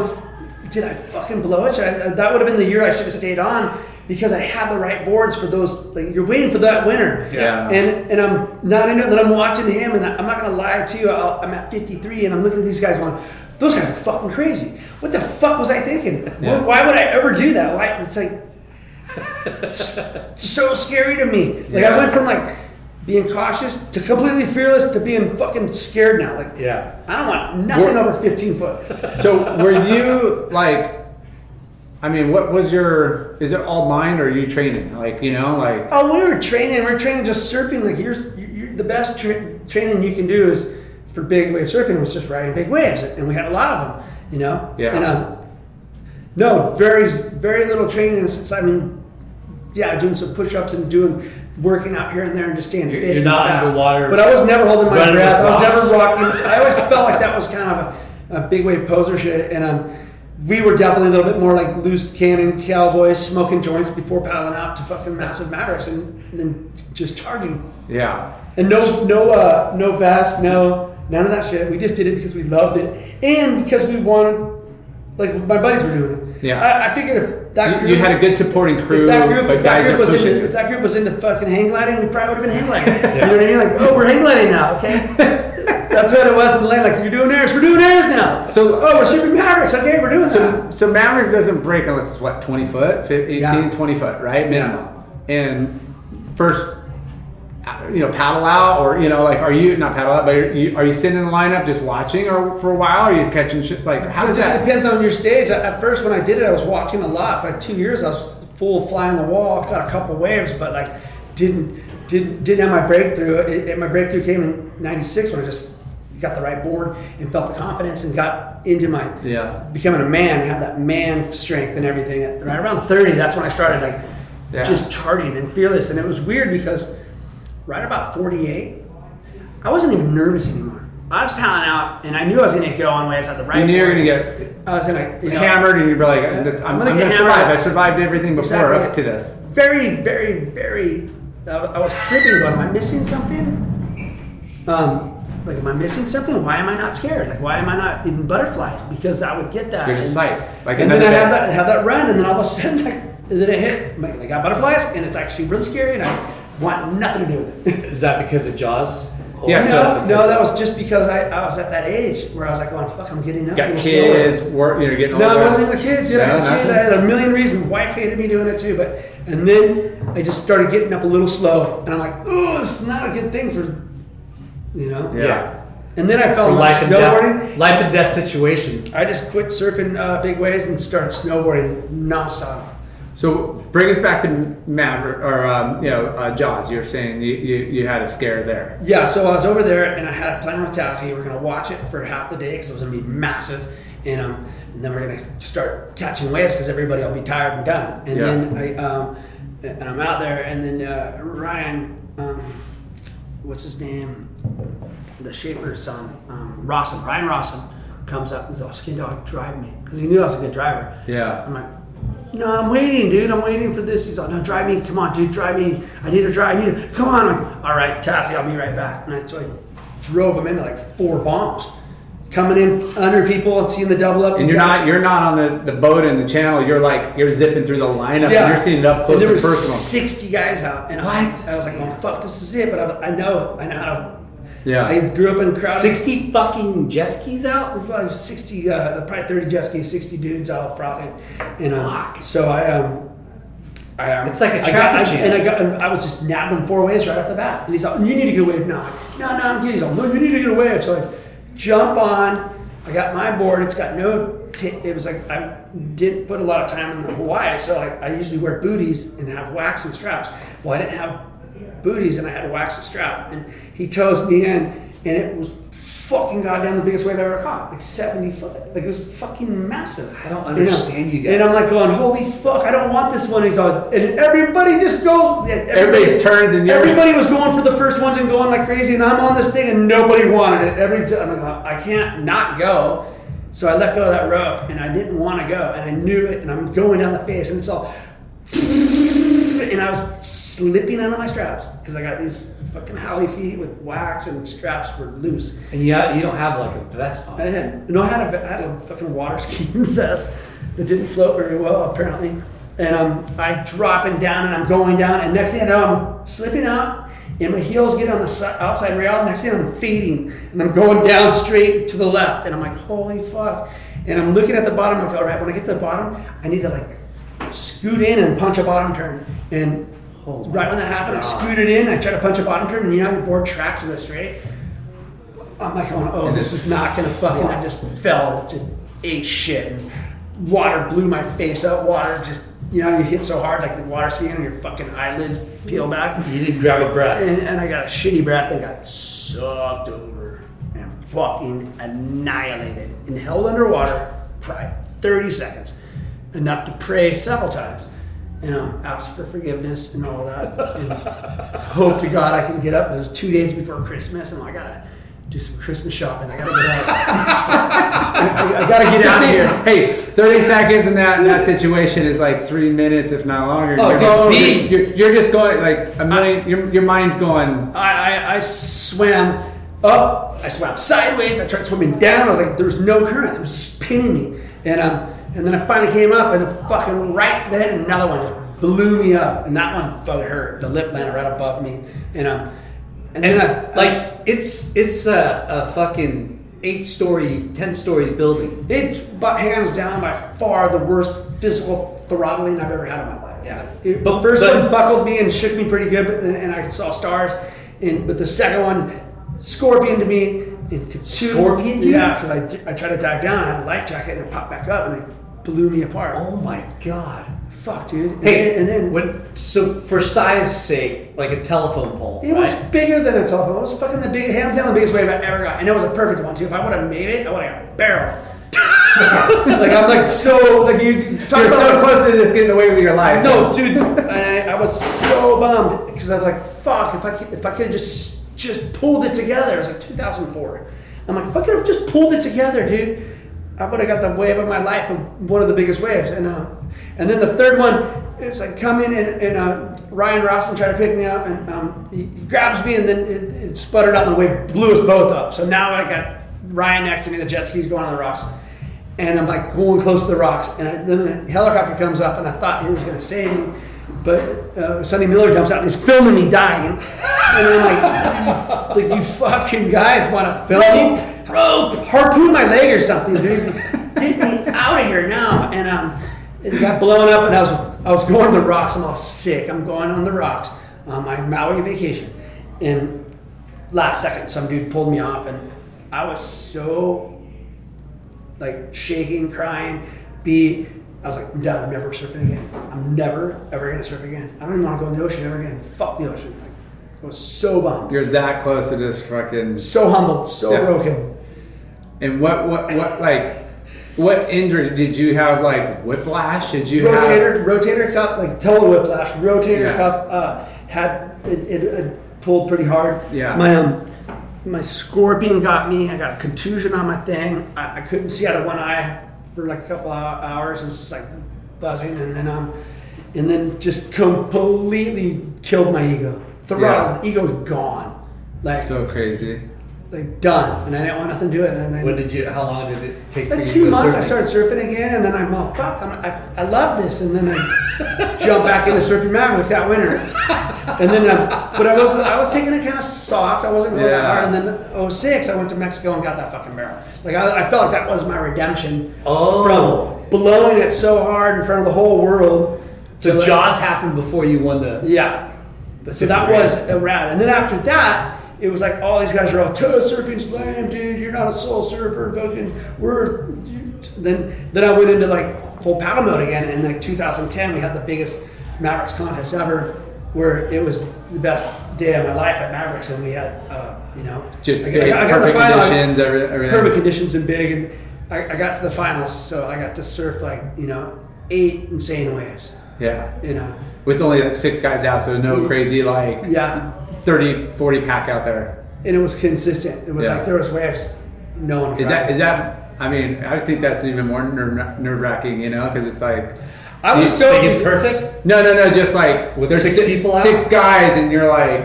S6: did I fucking blow it? Should I, that would have been the year I should have stayed on because I had the right boards for those. Like you're waiting for that winner.
S4: Yeah.
S6: And and I'm not into it. Then I'm watching him, and I- I'm not gonna lie to you. I'll, I'm at 53, and I'm looking at these guys going, those guys are fucking crazy. What the fuck was I thinking?
S4: Yeah.
S6: Why would I ever do that? Why? It's like it's so scary to me. Like
S4: Yeah.
S6: I went from like being cautious to completely fearless to being fucking scared now. Like
S4: yeah
S6: I don't want nothing
S4: We're-
S6: over 15 foot.
S4: so were you like i mean what was your is it all mind or are you training like you know like
S6: Oh, we were training. We were training just surfing. Like you're, you're the best tra- training you can do is for big wave surfing was just riding big waves, and we had a lot of them. You know.
S4: Yeah.
S6: And um, no, very very little training since I mean, yeah, doing some push ups and doing working out here and there and just staying fit.
S3: you're
S6: and
S3: not
S6: fast.
S3: underwater
S6: But I was never holding my
S3: running with
S6: breath. I was
S3: rocks.
S6: never walking. I always felt like that was kind of a, a big wave poser shit, and um. We were definitely a little bit more like loose cannon cowboys smoking joints before paddling out to fucking massive mavericks and, and then just charging.
S4: yeah
S6: And no, no, uh, no vest, no, none of that shit. We just did it because we loved it and because we wanted, like my buddies were doing it.
S4: Yeah.
S6: I, I figured if that
S4: you,
S6: crew,
S4: you had a good supporting crew
S6: if that group,
S4: but
S6: if that
S4: guys
S6: group
S4: are
S6: was
S4: pushing
S6: into, if that group was into fucking hang gliding, we probably would have been hang gliding. You know what I mean? Like, oh, we're hang gliding now. Okay, that's what it was in the lane. Like, you're doing airs, we're doing airs now.
S4: So-
S6: oh, we're shooting Mavericks. Okay, we're doing that.
S4: so, so Mavericks doesn't break unless it's what 20 foot 15, 18
S6: Yeah.
S4: 20 foot right minimum and first uh, you know paddle out or you know like are you not paddle out but are you, are you sitting in the lineup just watching or for a while are you catching shit like how
S6: It
S4: does
S6: just
S4: that
S6: depends on your stage. At at first, when I did it, I was watching a lot. For like two years, I was full fly on the wall. Got a couple waves, but like didn't didn't didn't have my breakthrough. It, it- my breakthrough came in '96 when I just got the right board and felt the confidence and got into my
S4: yeah
S6: becoming a man. Had that man strength and everything. At- Right around 30, that's when I started like
S4: Yeah.
S6: just charging and fearless. And it was weird because right about 48, I wasn't even nervous anymore. I was piling out, and I knew I was going to go on waves at the right.
S4: you knew you were
S6: boards.
S4: gonna get
S6: I was gonna you know,
S4: hammered and you'd be like i'm, I'm,
S6: gonna
S4: gonna,
S6: get
S4: survive
S6: hammered.
S4: i survived everything before
S6: Exactly.
S4: up to this
S6: Very, very, very. I I was tripping. Going, am I missing something? Um, like, am I missing something? Why am I not scared? Like, why am I not even butterflies? Because I would get that.
S4: You're just
S6: and-
S4: psyched. Like
S6: and then I
S4: another
S6: had
S4: day.
S6: that had that run, and then all of a sudden, like, and then it hit. Like, I got butterflies, and it's actually really scary, and I want nothing to do with it.
S3: Is that because of Jaws?
S2: Yeah,
S6: no,
S2: so-
S6: no, that was just because I, I was at that age where I was like, going, fuck, I'm getting up.
S2: Got
S6: I'm gonna
S2: kids,
S6: slower."
S2: work, you know, getting
S6: No, I
S2: older.
S6: wasn't even the kids. Yeah,
S2: No,
S6: I had kids. I
S2: nothing?
S6: had a million reasons. Wife hated me doing it too. But and then I just started getting up a little slow, and I'm like, oh, it's not a good thing for, you know.
S10: Yeah.
S6: And then I fell
S10: For
S6: in love
S10: life
S6: with
S10: and death-
S6: snowboarding.
S10: life and death situation.
S6: I just quit surfing uh, big waves and started snowboarding nonstop.
S2: So bring us back to Maverick or um, you know uh, Jaws. You were saying you, you, you had a scare there.
S6: Yeah, so I was over there and I had a plan with Tassie. We were going to watch it for half the day because it was going to be massive. And, um, and then we're going to start catching waves because everybody will be tired and done. And
S10: Yeah.
S6: then I, um, and I'm out there, and then uh, Ryan, um, what's his name? The Shaper's son, um, Rossum, Ryan Rossum, comes up and says, Oh, Skin Dog, drive me. Because he knew I was a good driver.
S2: Yeah.
S6: I'm like, no, I'm waiting, dude. I'm waiting for this. He's like, no, drive me. Come on, dude, drive me. I need to drive. I need to. Come on. I'm like, all right, Tassie, I'll be right back. And I, so I drove him into like four bombs, coming in under people and seeing the double up.
S2: And you're
S6: down.
S2: not you're not on the, the boat in the channel. You're like you're zipping through the lineup.
S6: Yeah.
S2: and You're seeing it up close and,
S6: And there was
S2: personal.
S6: sixty guys out, and I, I was like, oh fuck, this is it. But I, I know, I know how to.
S2: Yeah.
S6: I grew up in crowd.
S10: 60
S6: fucking jet skis out. Sixty, uh, probably thirty jet skis. Sixty dudes out frothing, and uh, so I um. I, um,
S10: It's like a
S6: I got-
S10: traffic
S6: I-
S10: jam.
S6: and I got, and I was just nabbing him four waves right off the bat. And he's like, "Oh, "You need to get a wave now." I'm like, No, no, I'm good. He's like, "No, you need to get a wave." So I jump on. I got my board. It's got no. T- it was like I didn't put a lot of time in the Hawaii, so like I usually wear booties and have wax and straps. Well, I didn't have booties and I had a wax and strap, and he toes me in, and it was fucking goddamn the biggest wave I ever caught, like seventy foot. Like it was fucking massive. I don't
S10: understand you guys.
S6: And I'm like going, holy fuck, I don't want this one. He's all, and everybody just goes. yeah,
S2: Everybody turns and you're-
S6: everybody was going for the first ones and going like crazy, and I'm on this thing and nobody wanted it. Every time I'm like, "Oh, I can't not go. So I let go of that rope and I didn't want to go, and I knew it, and I'm going down the face, and it's all. And I was slipping under my straps because I got these fucking howley feet with wax and straps were loose.
S10: And you, ha- you don't have like a vest on.
S6: I had no, I had a, I had a fucking water skiing vest that didn't float very well apparently, and um, I dropping down and I'm going down, and next thing I know I'm slipping out, and my heels get on the si- outside rail. Next thing I'm fading, and I'm going down straight to the left, and I'm like, holy fuck! And I'm looking at the bottom, like, all right, when I get to the bottom, I need to like scoot in and punch a bottom turn, and right when that happened, I scooted in, I tried to punch a bottom turn, and you know how your board tracks in the straight. I'm like going, oh, this is not gonna fucking. I just fell, just ate shit, and water blew my face up. Water just, you know, you hit so hard, like the water skiing, and your fucking eyelids peel back.
S10: You didn't grab a breath.
S6: And, and I got a shitty breath. I got sucked over and fucking annihilated and held underwater probably 30 seconds, enough to pray several times. You know, ask for forgiveness and all that. And hope to God I can get up. It was two days before Christmas, and I gotta do some Christmas shopping. I gotta get out. I, I gotta get out of here.
S2: Hey, 30 seconds in that in that situation is like three minutes, if not longer.
S6: Oh,
S2: you're,
S6: just me.
S2: you're, you're, you're just going like a million. your, your mind's going.
S6: I, I, I swam up, I swam sideways, I tried swimming down. I was like, there was no current, it was just pinning me. And um, and then I finally came up, and fucking right then, another one just blew me up. And that one fucking hurt. The lip landed right above me. And um, and, then I,
S10: like, it's it's a, a fucking eight story, ten story building.
S6: It's but hands down by far the worst physical throttling I've ever had in my life. Yeah. It, the first
S10: but-
S6: one buckled me and shook me pretty good, but, and, and I saw stars. And but the second one, scorpion to me. And could shoot-
S10: Scorpioned you?
S6: Yeah, because I, I tried to dive down. I had a life jacket and it popped back up and it blew me apart. Oh
S10: my god.
S6: Fuck, dude. And
S10: Hey,
S6: then- and then
S10: when so for size sake, like a telephone pole.
S6: It was bigger than a telephone. It was fucking the big, hands down the biggest wave I ever got, and it was a perfect one too. If I would have made it, I would have got barreled. like I'm like so like you. Talk
S2: You're
S6: about
S2: so close to just getting away with your life.
S6: No, dude, I, I was so bummed because I was like, fuck. If I could, if I could have just just pulled it together, it was like 2004. I'm like, if I could have just pulled it together, dude, I would have got the wave of my life, of one of the biggest waves, and uh, and then the third one. It was like come in and, and uh, Ryan Rosson tried to pick me up and um, he, he grabs me and then it, it sputtered out and the wave blew us both up. So now I got Ryan next to me, the jet ski's going on the rocks and I'm like going close to the rocks, and I, then a helicopter comes up, and I thought he was going to save me, but uh, Sonny Miller jumps out and is filming me dying. And I'm like, like you fucking guys want to film me? Rope, harpoon my leg or something, dude. Get me out of here now. And um, it got blown up, and I was I was going to the rocks. I'm all sick. I'm going on the rocks on my Maui vacation, and last second, some dude pulled me off, and I was so like shaking, crying, beat. I was like, I'm done. I'm never surfing again. I'm never ever gonna surf again. I don't even want to go in the ocean ever again. Fuck the ocean. Like, I was so bummed,
S4: You're that close to just fucking
S6: so humbled, so
S4: Yeah.
S6: broken.
S4: And what what what like what injury did you have? Like whiplash? Did you have?
S6: rotator rotator cuff like total whiplash rotator
S4: Yeah.
S6: cuff uh, had it, it, it pulled pretty hard
S4: Yeah.
S6: my um my scorpion got me i got a contusion on my thing i, I couldn't see out of one eye for like a couple hou- hours it was just like buzzing and then um and then just completely killed my ego throttled ego's gone like
S4: So crazy.
S6: like done and i didn't want nothing to do with it and then
S10: When did you? How long did it take for
S6: like
S10: you
S6: two
S10: to go
S6: months, I
S10: surfing?
S6: started surfing again, and then I'm all fuck. I'm, I, I love this, and then I jump back into surfing Mavericks that winter, and then i but I was I was taking it kind of soft. I wasn't going that
S10: Yeah.
S6: hard. And then 06, I went to Mexico and got that fucking barrel. Like I, I felt like that was my redemption
S10: Oh.
S6: from blowing it so hard in front of the whole world.
S10: So
S6: to, like-
S10: Jaws happened before you won the.
S6: yeah. so that
S10: Grand.
S6: was a rad. And then after that, it was like all these guys are all toe surfing slam, dude. You're not a soul surfer. Fucking, we're. You. Then then I went into like full paddle mode again. And like 2010, we had the biggest Mavericks contest ever, where it was the best day of my life at Mavericks, and we had uh, you know
S4: Just
S6: I-
S4: big,
S6: I- I got the
S4: perfect
S6: final-
S4: conditions, every- everything.
S6: perfect conditions and big, and I, I got to the finals, so I got to surf like you know eight insane waves,
S4: Yeah.
S6: you know.
S4: With only like six guys out, so no crazy like
S6: Yeah,
S4: 30, 40 pack out there.
S6: and it was consistent. It was
S4: Yeah.
S6: like there was waves, no one.
S4: Is
S6: cried.
S4: that is that? I mean, I think that's even more nerve wracking, you know, because it's like.
S6: I was
S4: you-
S6: so-
S10: Make it perfect.
S4: No, no, no. Just like
S10: With
S4: there's
S10: six
S4: si-
S10: people out?
S4: six guys, and you're like,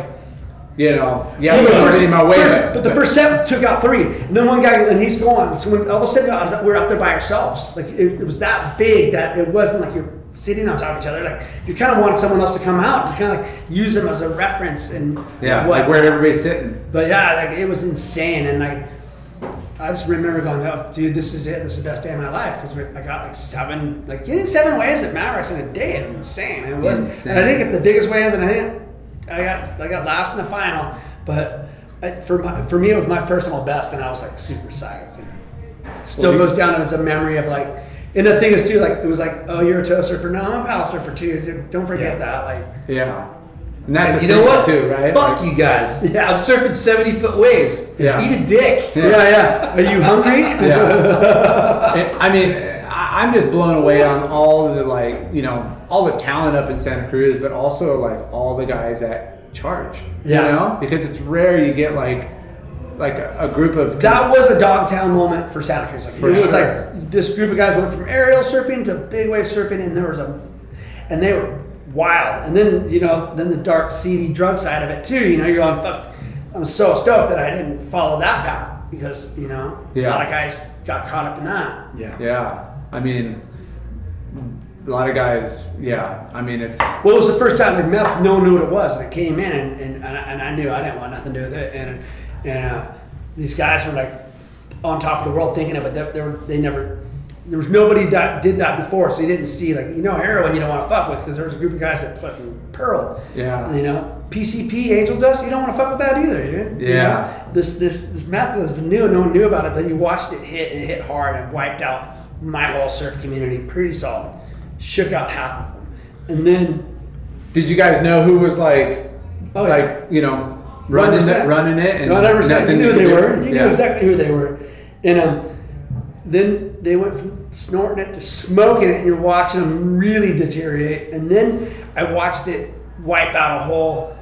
S4: you know, yeah,
S6: Well,
S4: I'm
S6: the
S4: gonna
S6: first-
S4: my way,
S6: first-
S4: but,
S6: but the first set took out three, and then one guy, and he's gone. So when all of a sudden, I was, we're out there by ourselves. Like it, it was that big that it wasn't like you're sitting on top of each other. Like you kind of wanted someone else to come out, to kind of like use them as a reference and
S4: yeah,
S6: what-
S4: like where everybody's sitting.
S6: But yeah, like it was insane, and like I just remember going, "Oh, dude, this is it. This is the best day of my life." Because I got like seven, like getting seven waves at Mavericks in a day is insane. It was, and I didn't get the biggest waves, and I didn't. I got I got last in the final, but I, for my, for me, it was my personal best, and I was like super psyched. And still
S4: Well, you-
S6: goes down as a memory of like. And the thing is too, like it was like, "Oh, you're a toe surfer. No, I'm a paddle surfer too. Dude, Don't forget that." Like.
S4: Yeah, and that's
S10: And
S4: a
S10: you know
S4: thing,
S10: what?
S4: too, right?
S10: Fuck
S4: Like,
S10: you guys.
S6: Yeah.
S10: I'm surfing 70 foot waves.
S4: Yeah.
S10: Eat a dick.
S6: Yeah, yeah. Are you hungry?
S4: Yeah. And, I mean, I- I'm just blown away on all the like, you know, all the talent up in Santa Cruz, but also like all the guys that charge.
S6: Yeah.
S4: You know, because it's rare you get like like a, a group of
S6: that was a Dogtown moment for Santa Cruz. Like,
S4: For
S6: it was
S4: sure.
S6: like this group of guys went from aerial surfing to big wave surfing, and there was a, and they were wild. And then you know, then the dark, seedy drug side of it too. You know, you're on. Fuck, I'm so stoked that I didn't follow that path because you know a
S4: Yeah.
S6: lot of guys got caught up in that.
S10: Yeah.
S4: yeah. I mean, a lot of guys. Yeah. I mean, it's
S6: Well, it was the first time like meth, no one knew what it was, and I came in and, and, and, I, and I knew I didn't want nothing to do with it, and and uh, these guys were like on top of the world thinking of it. They, they, were, they never there was nobody that did that before, so you didn't see like you know heroin you don't want to fuck with because there was a group of guys that fucking pearl.
S4: Yeah.
S6: You know PCP angel dust you don't want to fuck with that either, dude. You
S4: Yeah.
S6: know? This this this meth was new, no one knew about it, but you watched it hit and it hit hard and wiped out my whole surf community pretty solid, shook out half of them, and then.
S4: Did you guys know who was like,
S6: Oh,
S4: like
S6: yeah.
S4: you know, running it,
S6: 100%.
S4: running it, and
S6: No, 100%. You
S4: nothing
S6: knew
S4: to
S6: they
S4: do?
S6: were. You
S4: Yeah.
S6: knew exactly who they were. And um, then they went from snorting it to smoking it, and you're watching them really deteriorate. And then I watched it wipe out a whole,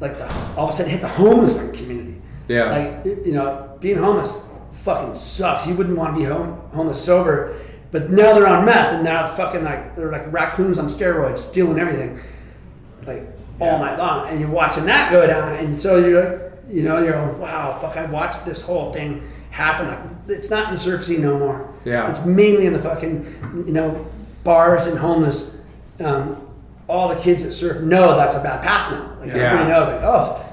S6: like the all of a sudden hit the homeless community.
S4: Yeah.
S6: Like you know, being homeless fucking sucks. You wouldn't want to be home homeless sober. But now they're on meth, and now fucking like they're like raccoons on steroids, stealing everything like all night long, and you're watching that go down, and so you're like, you know, you're like, wow, fuck, I watched this whole thing happen. Like, it's not in the surf scene no more.
S4: Yeah.
S6: it's mainly in the fucking, you know, bars and homeless um, all the kids that surf know that's a bad path now. Like
S10: Yeah.
S6: everybody knows, like, oh,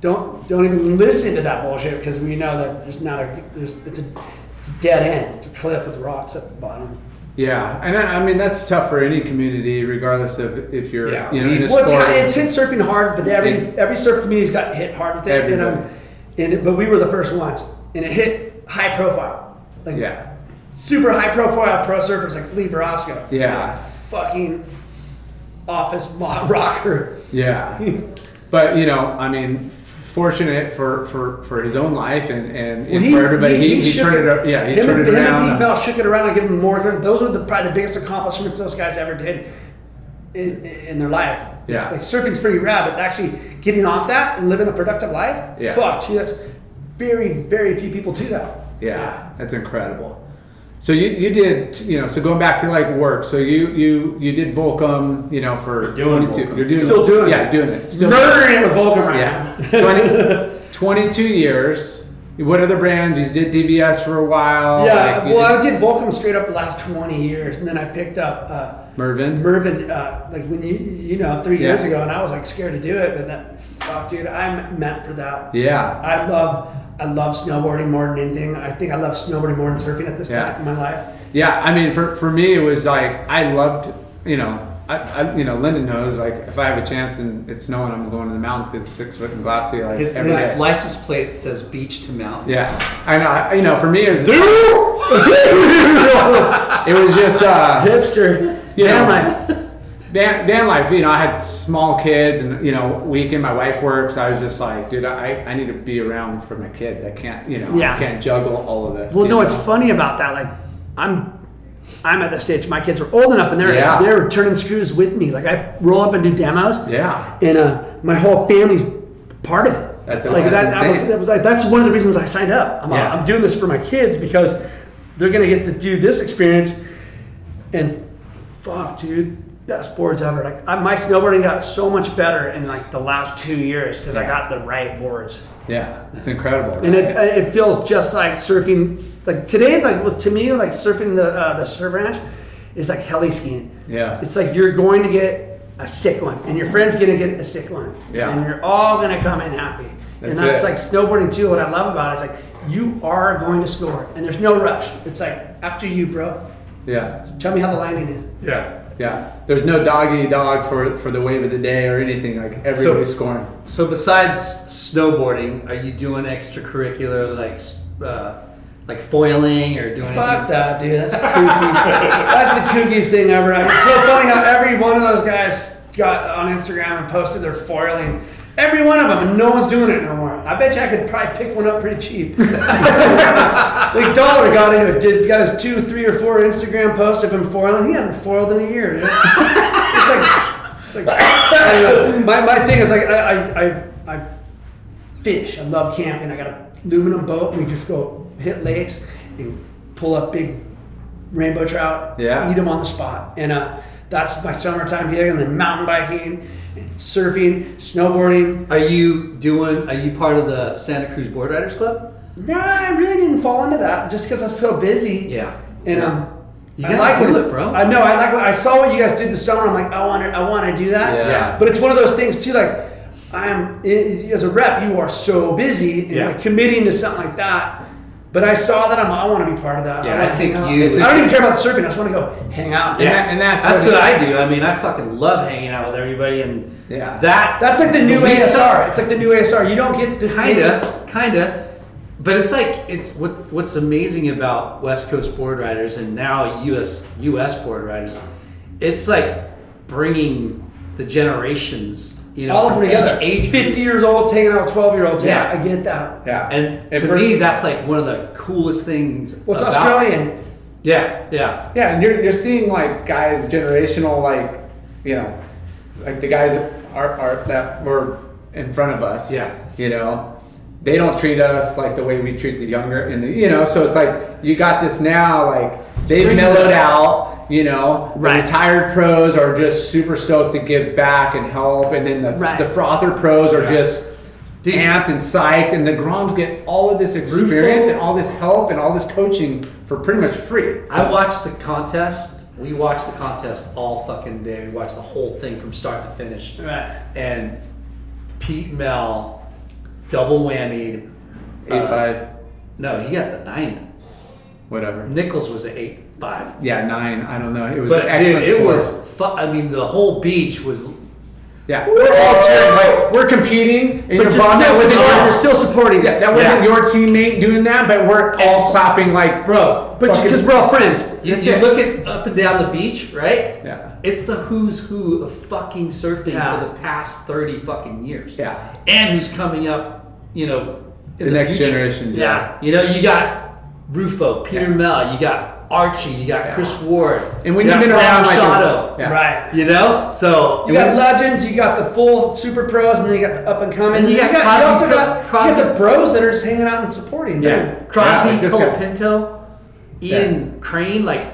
S6: don't don't even listen to that bullshit because we know that there's not a there's it's a it's a dead end. It's a cliff with rocks at the bottom.
S4: Yeah, and I, I mean that's tough for any community, regardless of if you're you know in a
S6: well, it's,
S4: sport.
S6: hi- it's hit surfing hard for the- every every surf community's got hit hard with it. And, um,
S4: Everybody.
S6: and it- but we were the first ones, and it hit high profile, like
S4: yeah,
S6: super high profile pro surfers like Flea Verosco.
S4: Yeah.
S6: fucking office mo- rocker.
S4: yeah. but you know, I mean, fortunate for for for his own life and and, and for everybody, he, he,
S6: shook
S4: turned it, up. Yeah, he
S6: him
S4: turned
S6: and,
S4: it
S6: him
S4: around.
S6: And Pete Bell shook it around and gave him more. credit. Those were the, probably the biggest accomplishments those guys ever did in, in their life.
S4: Yeah.
S6: like surfing's pretty rad, but actually getting off that and living a productive life,
S4: Yeah.
S6: fuck, dude, that's very, very few people do that.
S4: yeah, that's incredible. So you, you did you know so going back to like work so you you you did Volcom you know for
S6: doing
S4: 22
S6: Volcom.
S4: you're doing
S6: Still doing it.
S4: yeah doing it still
S6: Murdering it with Vulcan right
S4: yeah 20, 22 years what other brands you did DVS for a while
S6: yeah,
S4: like, you
S6: well,
S4: did
S6: I did Volcom straight up the last 20 years, and then I picked up uh,
S4: Mervin
S6: Mervin, uh, like when you, you know, three
S4: Yeah.
S6: years ago, and I was like scared to do it, but that, fuck, dude, I'm meant for that.
S4: yeah
S6: I love I love snowboarding more than anything. I think I love snowboarding more than surfing at this
S4: Yeah.
S6: time in my life.
S4: Yeah, I mean, for, for me, it was like I loved, you know, I, I you know, Lyndon knows like if I have a chance and it's snowing, I'm going to the mountains because it's six foot and glassy. Like
S3: His,
S4: every
S3: his
S4: day.
S3: license plate says beach to mountain.
S4: Yeah, I know. I, you know, for me, it was it was just uh,
S6: hipster.
S4: You know, Van, van life, you know, I had small kids and, you know, weekend my wife works. I was just like, dude, I, I need to be around for my kids. I can't, you know,
S6: Yeah.
S4: I can't juggle all of this.
S6: Well,
S4: you
S6: no,
S4: know?
S6: it's funny about that. Like, I'm I'm at the stage. My kids are old enough, and they're
S4: Yeah.
S6: they're turning screws with me. Like, I roll up and do demos.
S4: Yeah.
S6: and uh, my whole family's part of it.
S4: That's-
S6: like
S4: that's
S6: that, that was,
S4: insane.
S6: that was like that's one of the reasons I signed up. I'm, uh,
S4: Yeah.
S6: I'm doing this for my kids because they're gonna get to do this experience. And fuck, dude, best boards ever. Like I, my snowboarding got so much better in like the last two years because I got the right boards.
S4: Yeah, it's incredible.
S6: And it, uh, it feels just like surfing. Like today, like well, to me, like surfing the uh, the surf ranch is like heli skiing.
S4: Yeah.
S6: It's like you're going to get a sick one, and your friend's going to get a sick one.
S4: Yeah.
S6: And you're all going to come in happy. and
S4: That's
S6: that's
S4: it.
S6: like snowboarding too. What I love about it is like you are going to score, and there's no rush. It's like after you, bro.
S4: Yeah.
S6: Tell me how the landing is.
S4: Yeah. Yeah. There's no dog eat dog for for the wave of the day or anything. Like everybody's scoring.
S3: So besides snowboarding, are you doing extracurricular like s- uh, like foiling or doing?
S6: Fuck that, dude. That's kooky. That's the kookiest thing ever. I mean, It's so funny how every one of those guys got on Instagram and posted their foiling. Every one of them, and no one's doing it no more. I bet you I could probably pick one up pretty cheap. like Dollar got into it. Did, got his two, three, or four Instagram posts of him foiling. He hasn't foiled in a year. Dude. It's like, it's like I don't know. My, my thing is like I, I, I, I fish. I love camping. I got an aluminum boat. We just go hit lakes and pull up big rainbow trout.
S4: Yeah.
S6: Eat them on the spot. And uh, that's my summertime gig. And then mountain biking, and surfing, snowboarding.
S3: Are you doing? Are you part of the Santa Cruz Board Riders Club?
S6: Nah, I really didn't fall into that just because I was so busy.
S3: Yeah.
S6: And um,
S3: You
S6: I
S3: gotta
S6: like
S3: do
S6: what-
S3: it, bro.
S6: I know. I like. what- I saw what you guys did this summer. I'm like, I want to. I want to do that.
S3: Yeah. Yeah.
S6: But it's one of those things too. Like, I'm i- as a rep, you are so busy and
S3: Yeah.
S6: like committing to something like that. But I saw that I'm. I want to be part of that.
S3: Yeah,
S6: wanna
S3: I
S6: hang
S3: think
S6: out.
S3: you-
S6: I don't even care about the surfing. I just want to go hang out.
S3: Yeah,
S4: and that's
S3: that's
S4: what-
S3: what, I do. I mean, I fucking love hanging out with everybody, and
S4: Yeah.
S3: that
S6: That's like the new
S3: we-
S6: ASR. It's like the new ASR. You don't get the
S3: kinda, kinda. But it's like it's what what's amazing about West Coast board riders and now U.S. U.S. board riders. It's like bringing the generations, you know,
S6: all of
S3: from
S6: them together.
S3: Each age
S6: 50 years olds hanging out with 12 year olds.
S3: Yeah.
S6: I get that.
S4: Yeah.
S3: And
S4: And
S3: to
S4: for-
S3: me, that's like one of the coolest things.
S6: What's
S3: about-
S6: Australian?
S3: Yeah, yeah.
S4: Yeah, and you're you're seeing like guys generational like you know like the guys that are are that were in front of us.
S3: Yeah.
S4: You know. They don't treat us like the way we treat the younger and the you know, so it's like you got this now, like they've mellowed out, you know. The
S6: Right.
S4: retired pros are just super stoked to give back and help and then the
S6: Right.
S4: the frother pros are just amped and psyched and the groms get all of this experience and all this help and all this coaching for pretty much free.
S3: I watched the contest We watched the contest all fucking day. We watched the whole thing from start to finish.
S6: Right.
S3: And Pete Mel double whammied. uh,
S4: Eight five.
S3: No, he got the nine.
S4: Whatever.
S3: Nichols was an eight five.
S4: Yeah, nine. I don't know. It was
S3: but
S4: an excellent
S3: dude, it
S4: score.
S3: was. Fu- I mean, the whole beach was.
S4: Yeah, we're all cheering. Like we're competing, and
S3: But
S4: you're
S3: just
S4: bummed that
S3: still
S4: wasn't
S3: support-
S4: your-
S3: you're still supporting.
S4: Yeah, that wasn't
S3: Yeah.
S4: your teammate doing that, but we're all clapping like,
S3: bro.
S6: But because we're all friends.
S3: You,
S6: That's
S3: you
S6: it.
S3: look at up and down the beach, right?
S4: Yeah.
S3: It's the who's who of fucking surfing
S6: Yeah.
S3: for the past thirty fucking years.
S4: Yeah.
S3: And who's coming up? You know, in
S4: The next
S3: future.
S4: generation, yeah.
S3: Yeah. You know, you got Rufo, Peter Mel, you got Archie, you got Chris Ward,
S4: And when
S3: you
S4: you've
S3: got
S4: been around like
S3: Machado,
S4: this- yeah.
S6: Right.
S3: You know, so
S6: You got legends, you got the full super pros, and then you got the up and coming.
S3: And you got
S6: you
S3: Crosby-
S6: also got, you
S3: Crosby-
S6: got the bros that are just hanging out and supporting.
S3: Yeah.
S6: dude.
S3: Crosby,
S4: Yeah, this
S3: Cole
S4: guy.
S3: Pinto, Ian Crane, like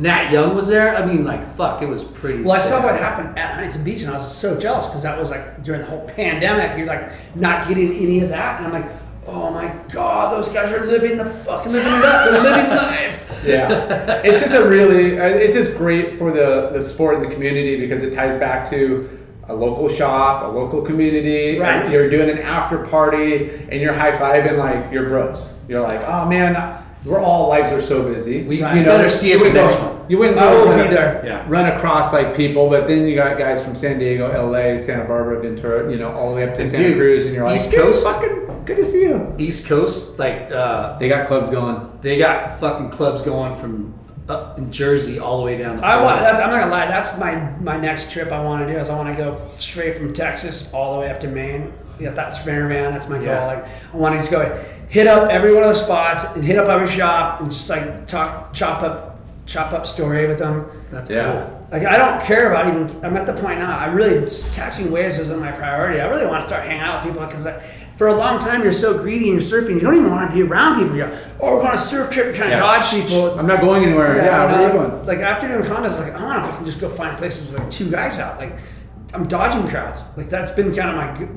S3: Nat Young was there. I mean, like fuck, it was pretty.
S6: Well, I saw
S3: sick.
S6: what happened at Huntington Beach, and I was so jealous because that was like during the whole pandemic. You're like not getting any of that, and I'm like, oh my god, those guys are living the fucking living it up. They're living life.
S4: yeah. It's just a really, uh, it's just great for the the sport and the community because it ties back to a local shop, a local community.
S6: Right.
S4: and You're doing an after party, and you're high fiving like your bros. You're like, oh man. We're all lives are so busy. We
S3: Right. Better see it
S4: you
S3: the
S4: wouldn't
S3: next
S4: go-
S3: one.
S4: You wouldn't.
S6: I
S4: go
S6: will
S4: run
S6: be
S4: a-
S6: there.
S4: Yeah. run across like people, but then you got guys from San Diego, LA, Santa Barbara, Ventura, you know, all the way up to
S3: And
S4: Santa
S3: dude,
S4: Cruz, and you're like,
S3: East
S4: "Good
S3: Coast-
S4: fucking good to see you.
S3: East Coast, like uh,
S4: They got clubs going.
S3: they got fucking clubs going from up in Jersey all the way down. To
S6: I want.
S3: Florida.
S6: That, I'm not gonna lie. That's my my next trip. I want to do is I want to go straight from Texas all the way up to Maine. Yeah, that's Spinner Man. That's my goal.
S4: Yeah.
S6: Like I want to just go hit up every one of those spots and hit up every shop and just like talk chop up chop up story with them.
S3: That's
S4: Yeah.
S3: cool.
S6: Like I don't care about even. I'm at the point now. I really just catching waves isn't my priority. I really want to start hanging out with people because for a long time you're so greedy and you're surfing. You don't even want to be around people. You're oh we're going on a surf trip trying
S4: Yeah.
S6: to dodge people.
S4: I'm not going anywhere. Yeah,
S6: you
S4: where are
S6: know,
S4: you going?
S6: uh, Like after doing contests, like I want to fucking just go find places with like two guys out. Like I'm dodging crowds. Like that's been kind of my g-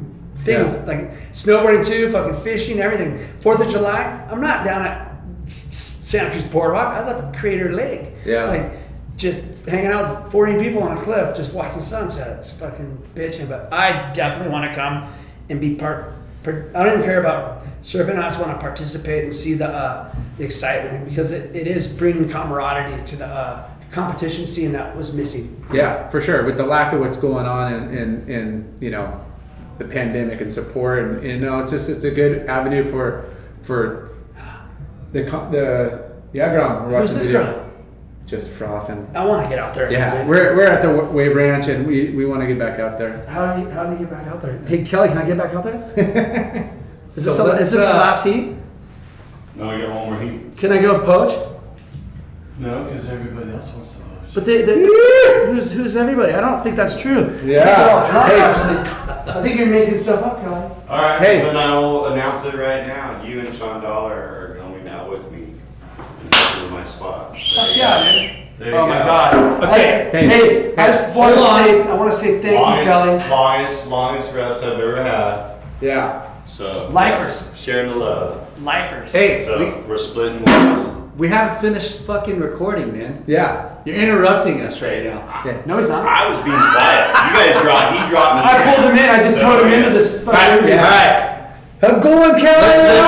S6: thing.
S4: Yeah.
S6: Like snowboarding too, fucking fishing, everything. Fourth of July, I'm not down at S- S- Santa Cruz Boardwalk. I was up at Crater Lake.
S4: Yeah.
S6: Like just hanging out with 40 people on a cliff, just watching sunsets, fucking bitching. But I definitely want to come and be part. part I don't even care about surfing. I just want to participate and see the uh, the excitement because it, it is bringing camaraderie to the uh, competition scene that was missing.
S4: Yeah, for sure. With the lack of what's going on in, in, in you know, the pandemic and support, and you know, it's just it's a good avenue for for the co- the yeah, Grom. we're
S6: Who's
S4: watching
S6: this
S4: video.
S6: girl?
S4: Just frothing.
S6: I want to get out there.
S4: Yeah, we're, we're at the Wa- Wave Ranch, and we, we want to get back out there.
S6: How do you how do you get back out there? Hey Kelly, can I get back out there? Is this,
S3: So
S6: the, is this the
S3: let's, uh,
S6: last heat?
S11: No, you got one more heat.
S6: Can I go poach?
S11: No, because everybody else wants to vote.
S6: But they, they, who's who's everybody? I don't think that's true.
S4: Yeah.
S6: I think they're all drunk, actually. I think you're making stuff up, Kelly.
S11: All right,
S4: Hey.
S11: then I will announce it right now. You and Sean Dollar are going out with me and go to my spot. Fuck
S6: yeah, dude.
S11: There you
S6: Oh
S11: go.
S6: my god. Okay. Hey,
S4: Hey,
S6: hey, I just want to
S11: Hold on.
S6: say I want to say thank you,
S11: Longest,
S6: Kelly.
S11: longest, longest reps I've ever had.
S4: Yeah,
S11: So
S6: Lifers.
S11: yes, sharing the love.
S6: Lifers.
S3: Hey,
S11: So
S3: we,
S11: we, are splitting wives.
S3: we haven't finished fucking recording, man.
S4: yeah.
S3: You're interrupting us right now.
S6: No, he's not.
S11: I was being quiet. You guys dropped. He dropped me.
S6: I pulled him in. I just towed him into this fucking.
S4: Yeah. I'm going,
S3: Let's,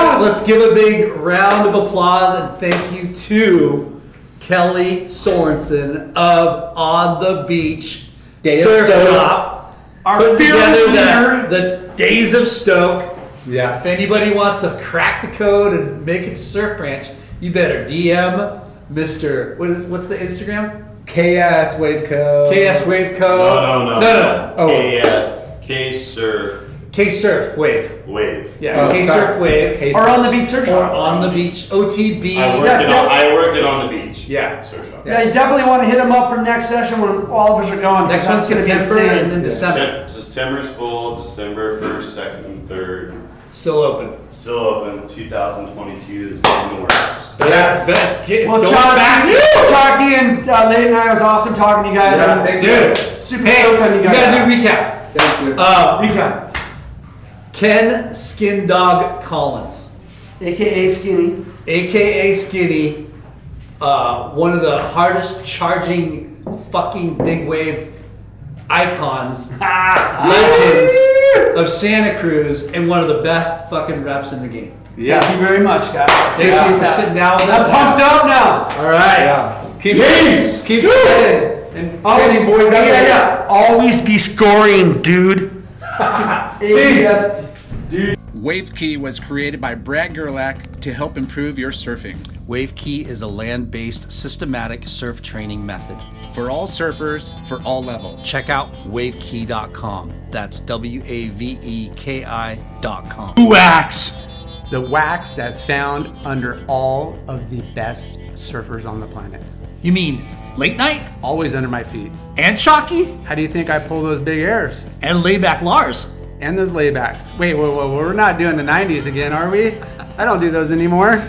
S4: Kelly.
S3: let's give a big round of applause and thank you to Kelly Sorensen of On the Beach
S4: Day of
S3: Surf
S4: Stoke.
S3: Shop.
S6: Our
S3: Put
S6: fearless
S3: together
S6: leader.
S3: the, the Days of Stoke. If
S4: Yeah,
S3: anybody wants to crack the code and make it to Surf Ranch, you better DM Mr. What is what's the Instagram?
S4: KS Wave Co.
S3: KS Wave Co.
S11: No,
S3: No,
S11: no, no.
S3: no.
S4: Oh.
S11: K, uh, K Surf
S3: K Surf Wave.
S11: Wave.
S3: Yeah.
S4: Oh,
S3: K
S4: sorry.
S3: Surf Wave.
S4: K
S3: or
S4: Surf.
S3: on the beach surf. Or on the beach. OTB.
S11: I worked,
S6: Yeah,
S11: it,
S6: don't-
S11: on, I worked it on the beach.
S3: Yeah.
S11: Surf shop.
S6: Yeah, you definitely want to hit him up for next session when all of us are gone.
S3: Next one's
S6: That's gonna be
S3: September
S6: insane.
S3: and then December.
S11: Sep- September's full, December 1st, 2nd, 3rd.
S3: Still open.
S11: Still open. 2022 is in the works.
S4: Yes.
S3: But it's, get- it's
S6: Well,
S3: going fast.
S6: Chucky, Chucky and uh, Late Night was awesome talking to you guys.
S4: Yeah,
S6: I'm
S4: thank
S3: Dude.
S6: super
S3: Hey,
S6: stoked on
S3: we
S6: you guys.
S3: gotta do recap.
S4: Thank you.
S3: Uh,
S6: Recap.
S3: Ken Skin Dog Collins.
S6: AKA Skinny.
S3: aka Skinny, uh, one of the hardest charging fucking big wave icons, legends of Santa Cruz, and one of the best fucking reps in the game.
S6: Yes.
S3: Thank you very much, guys. Thank
S6: Yeah.
S3: you for sitting down with
S6: I'm
S3: us.
S6: pumped
S3: up now. All right.
S6: Keep-
S3: Peace.
S6: keep
S3: Woo.
S6: spreading.
S3: And
S6: Always-
S3: sending boys out
S6: Yeah,
S3: there.
S6: yeah. Always be scoring, dude.
S2: Peace. WaveKey was created by Brad Gerlach to help improve your surfing.
S3: WaveKey is a land based systematic surf training method
S2: for all surfers for all levels.
S3: Check out wavekey.com. That's W A V E K I.com.
S4: Wax! The wax that's found under all of the best surfers on the planet.
S3: You mean late night?
S4: Always under my feet.
S3: And Chalky?
S4: How do you think I pull those big airs?
S3: And layback Lars.
S4: And those laybacks. Wait, whoa, whoa, whoa, we're not doing the 90s again, are we? I don't do those anymore.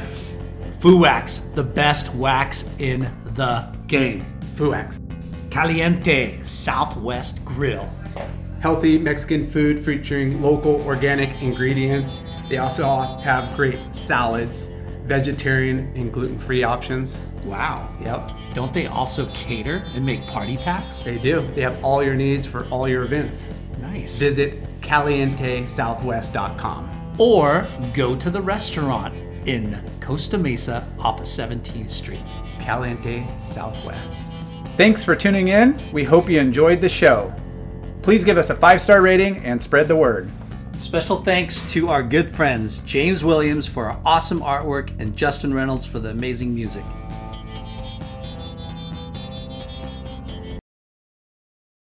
S3: Foo Wax, the best wax in the game.
S4: Foo Wax.
S3: Caliente Southwest Grill.
S4: Healthy Mexican food featuring local organic ingredients. They also have great salads, vegetarian and gluten free options.
S3: Wow.
S4: Yep.
S3: Don't they also cater and make party packs?
S4: They do. They have all your needs for all your events.
S3: Nice.
S4: Visit calientesouthwest.com.
S3: Or go to the restaurant in Costa Mesa off of 17th Street.
S4: Caliente Southwest.
S2: Thanks for tuning in. We hope you enjoyed the show. Please give us a five star rating and spread the word.
S3: Special thanks to our good friends James Williams for our awesome artwork and Justin Reynolds for the amazing music.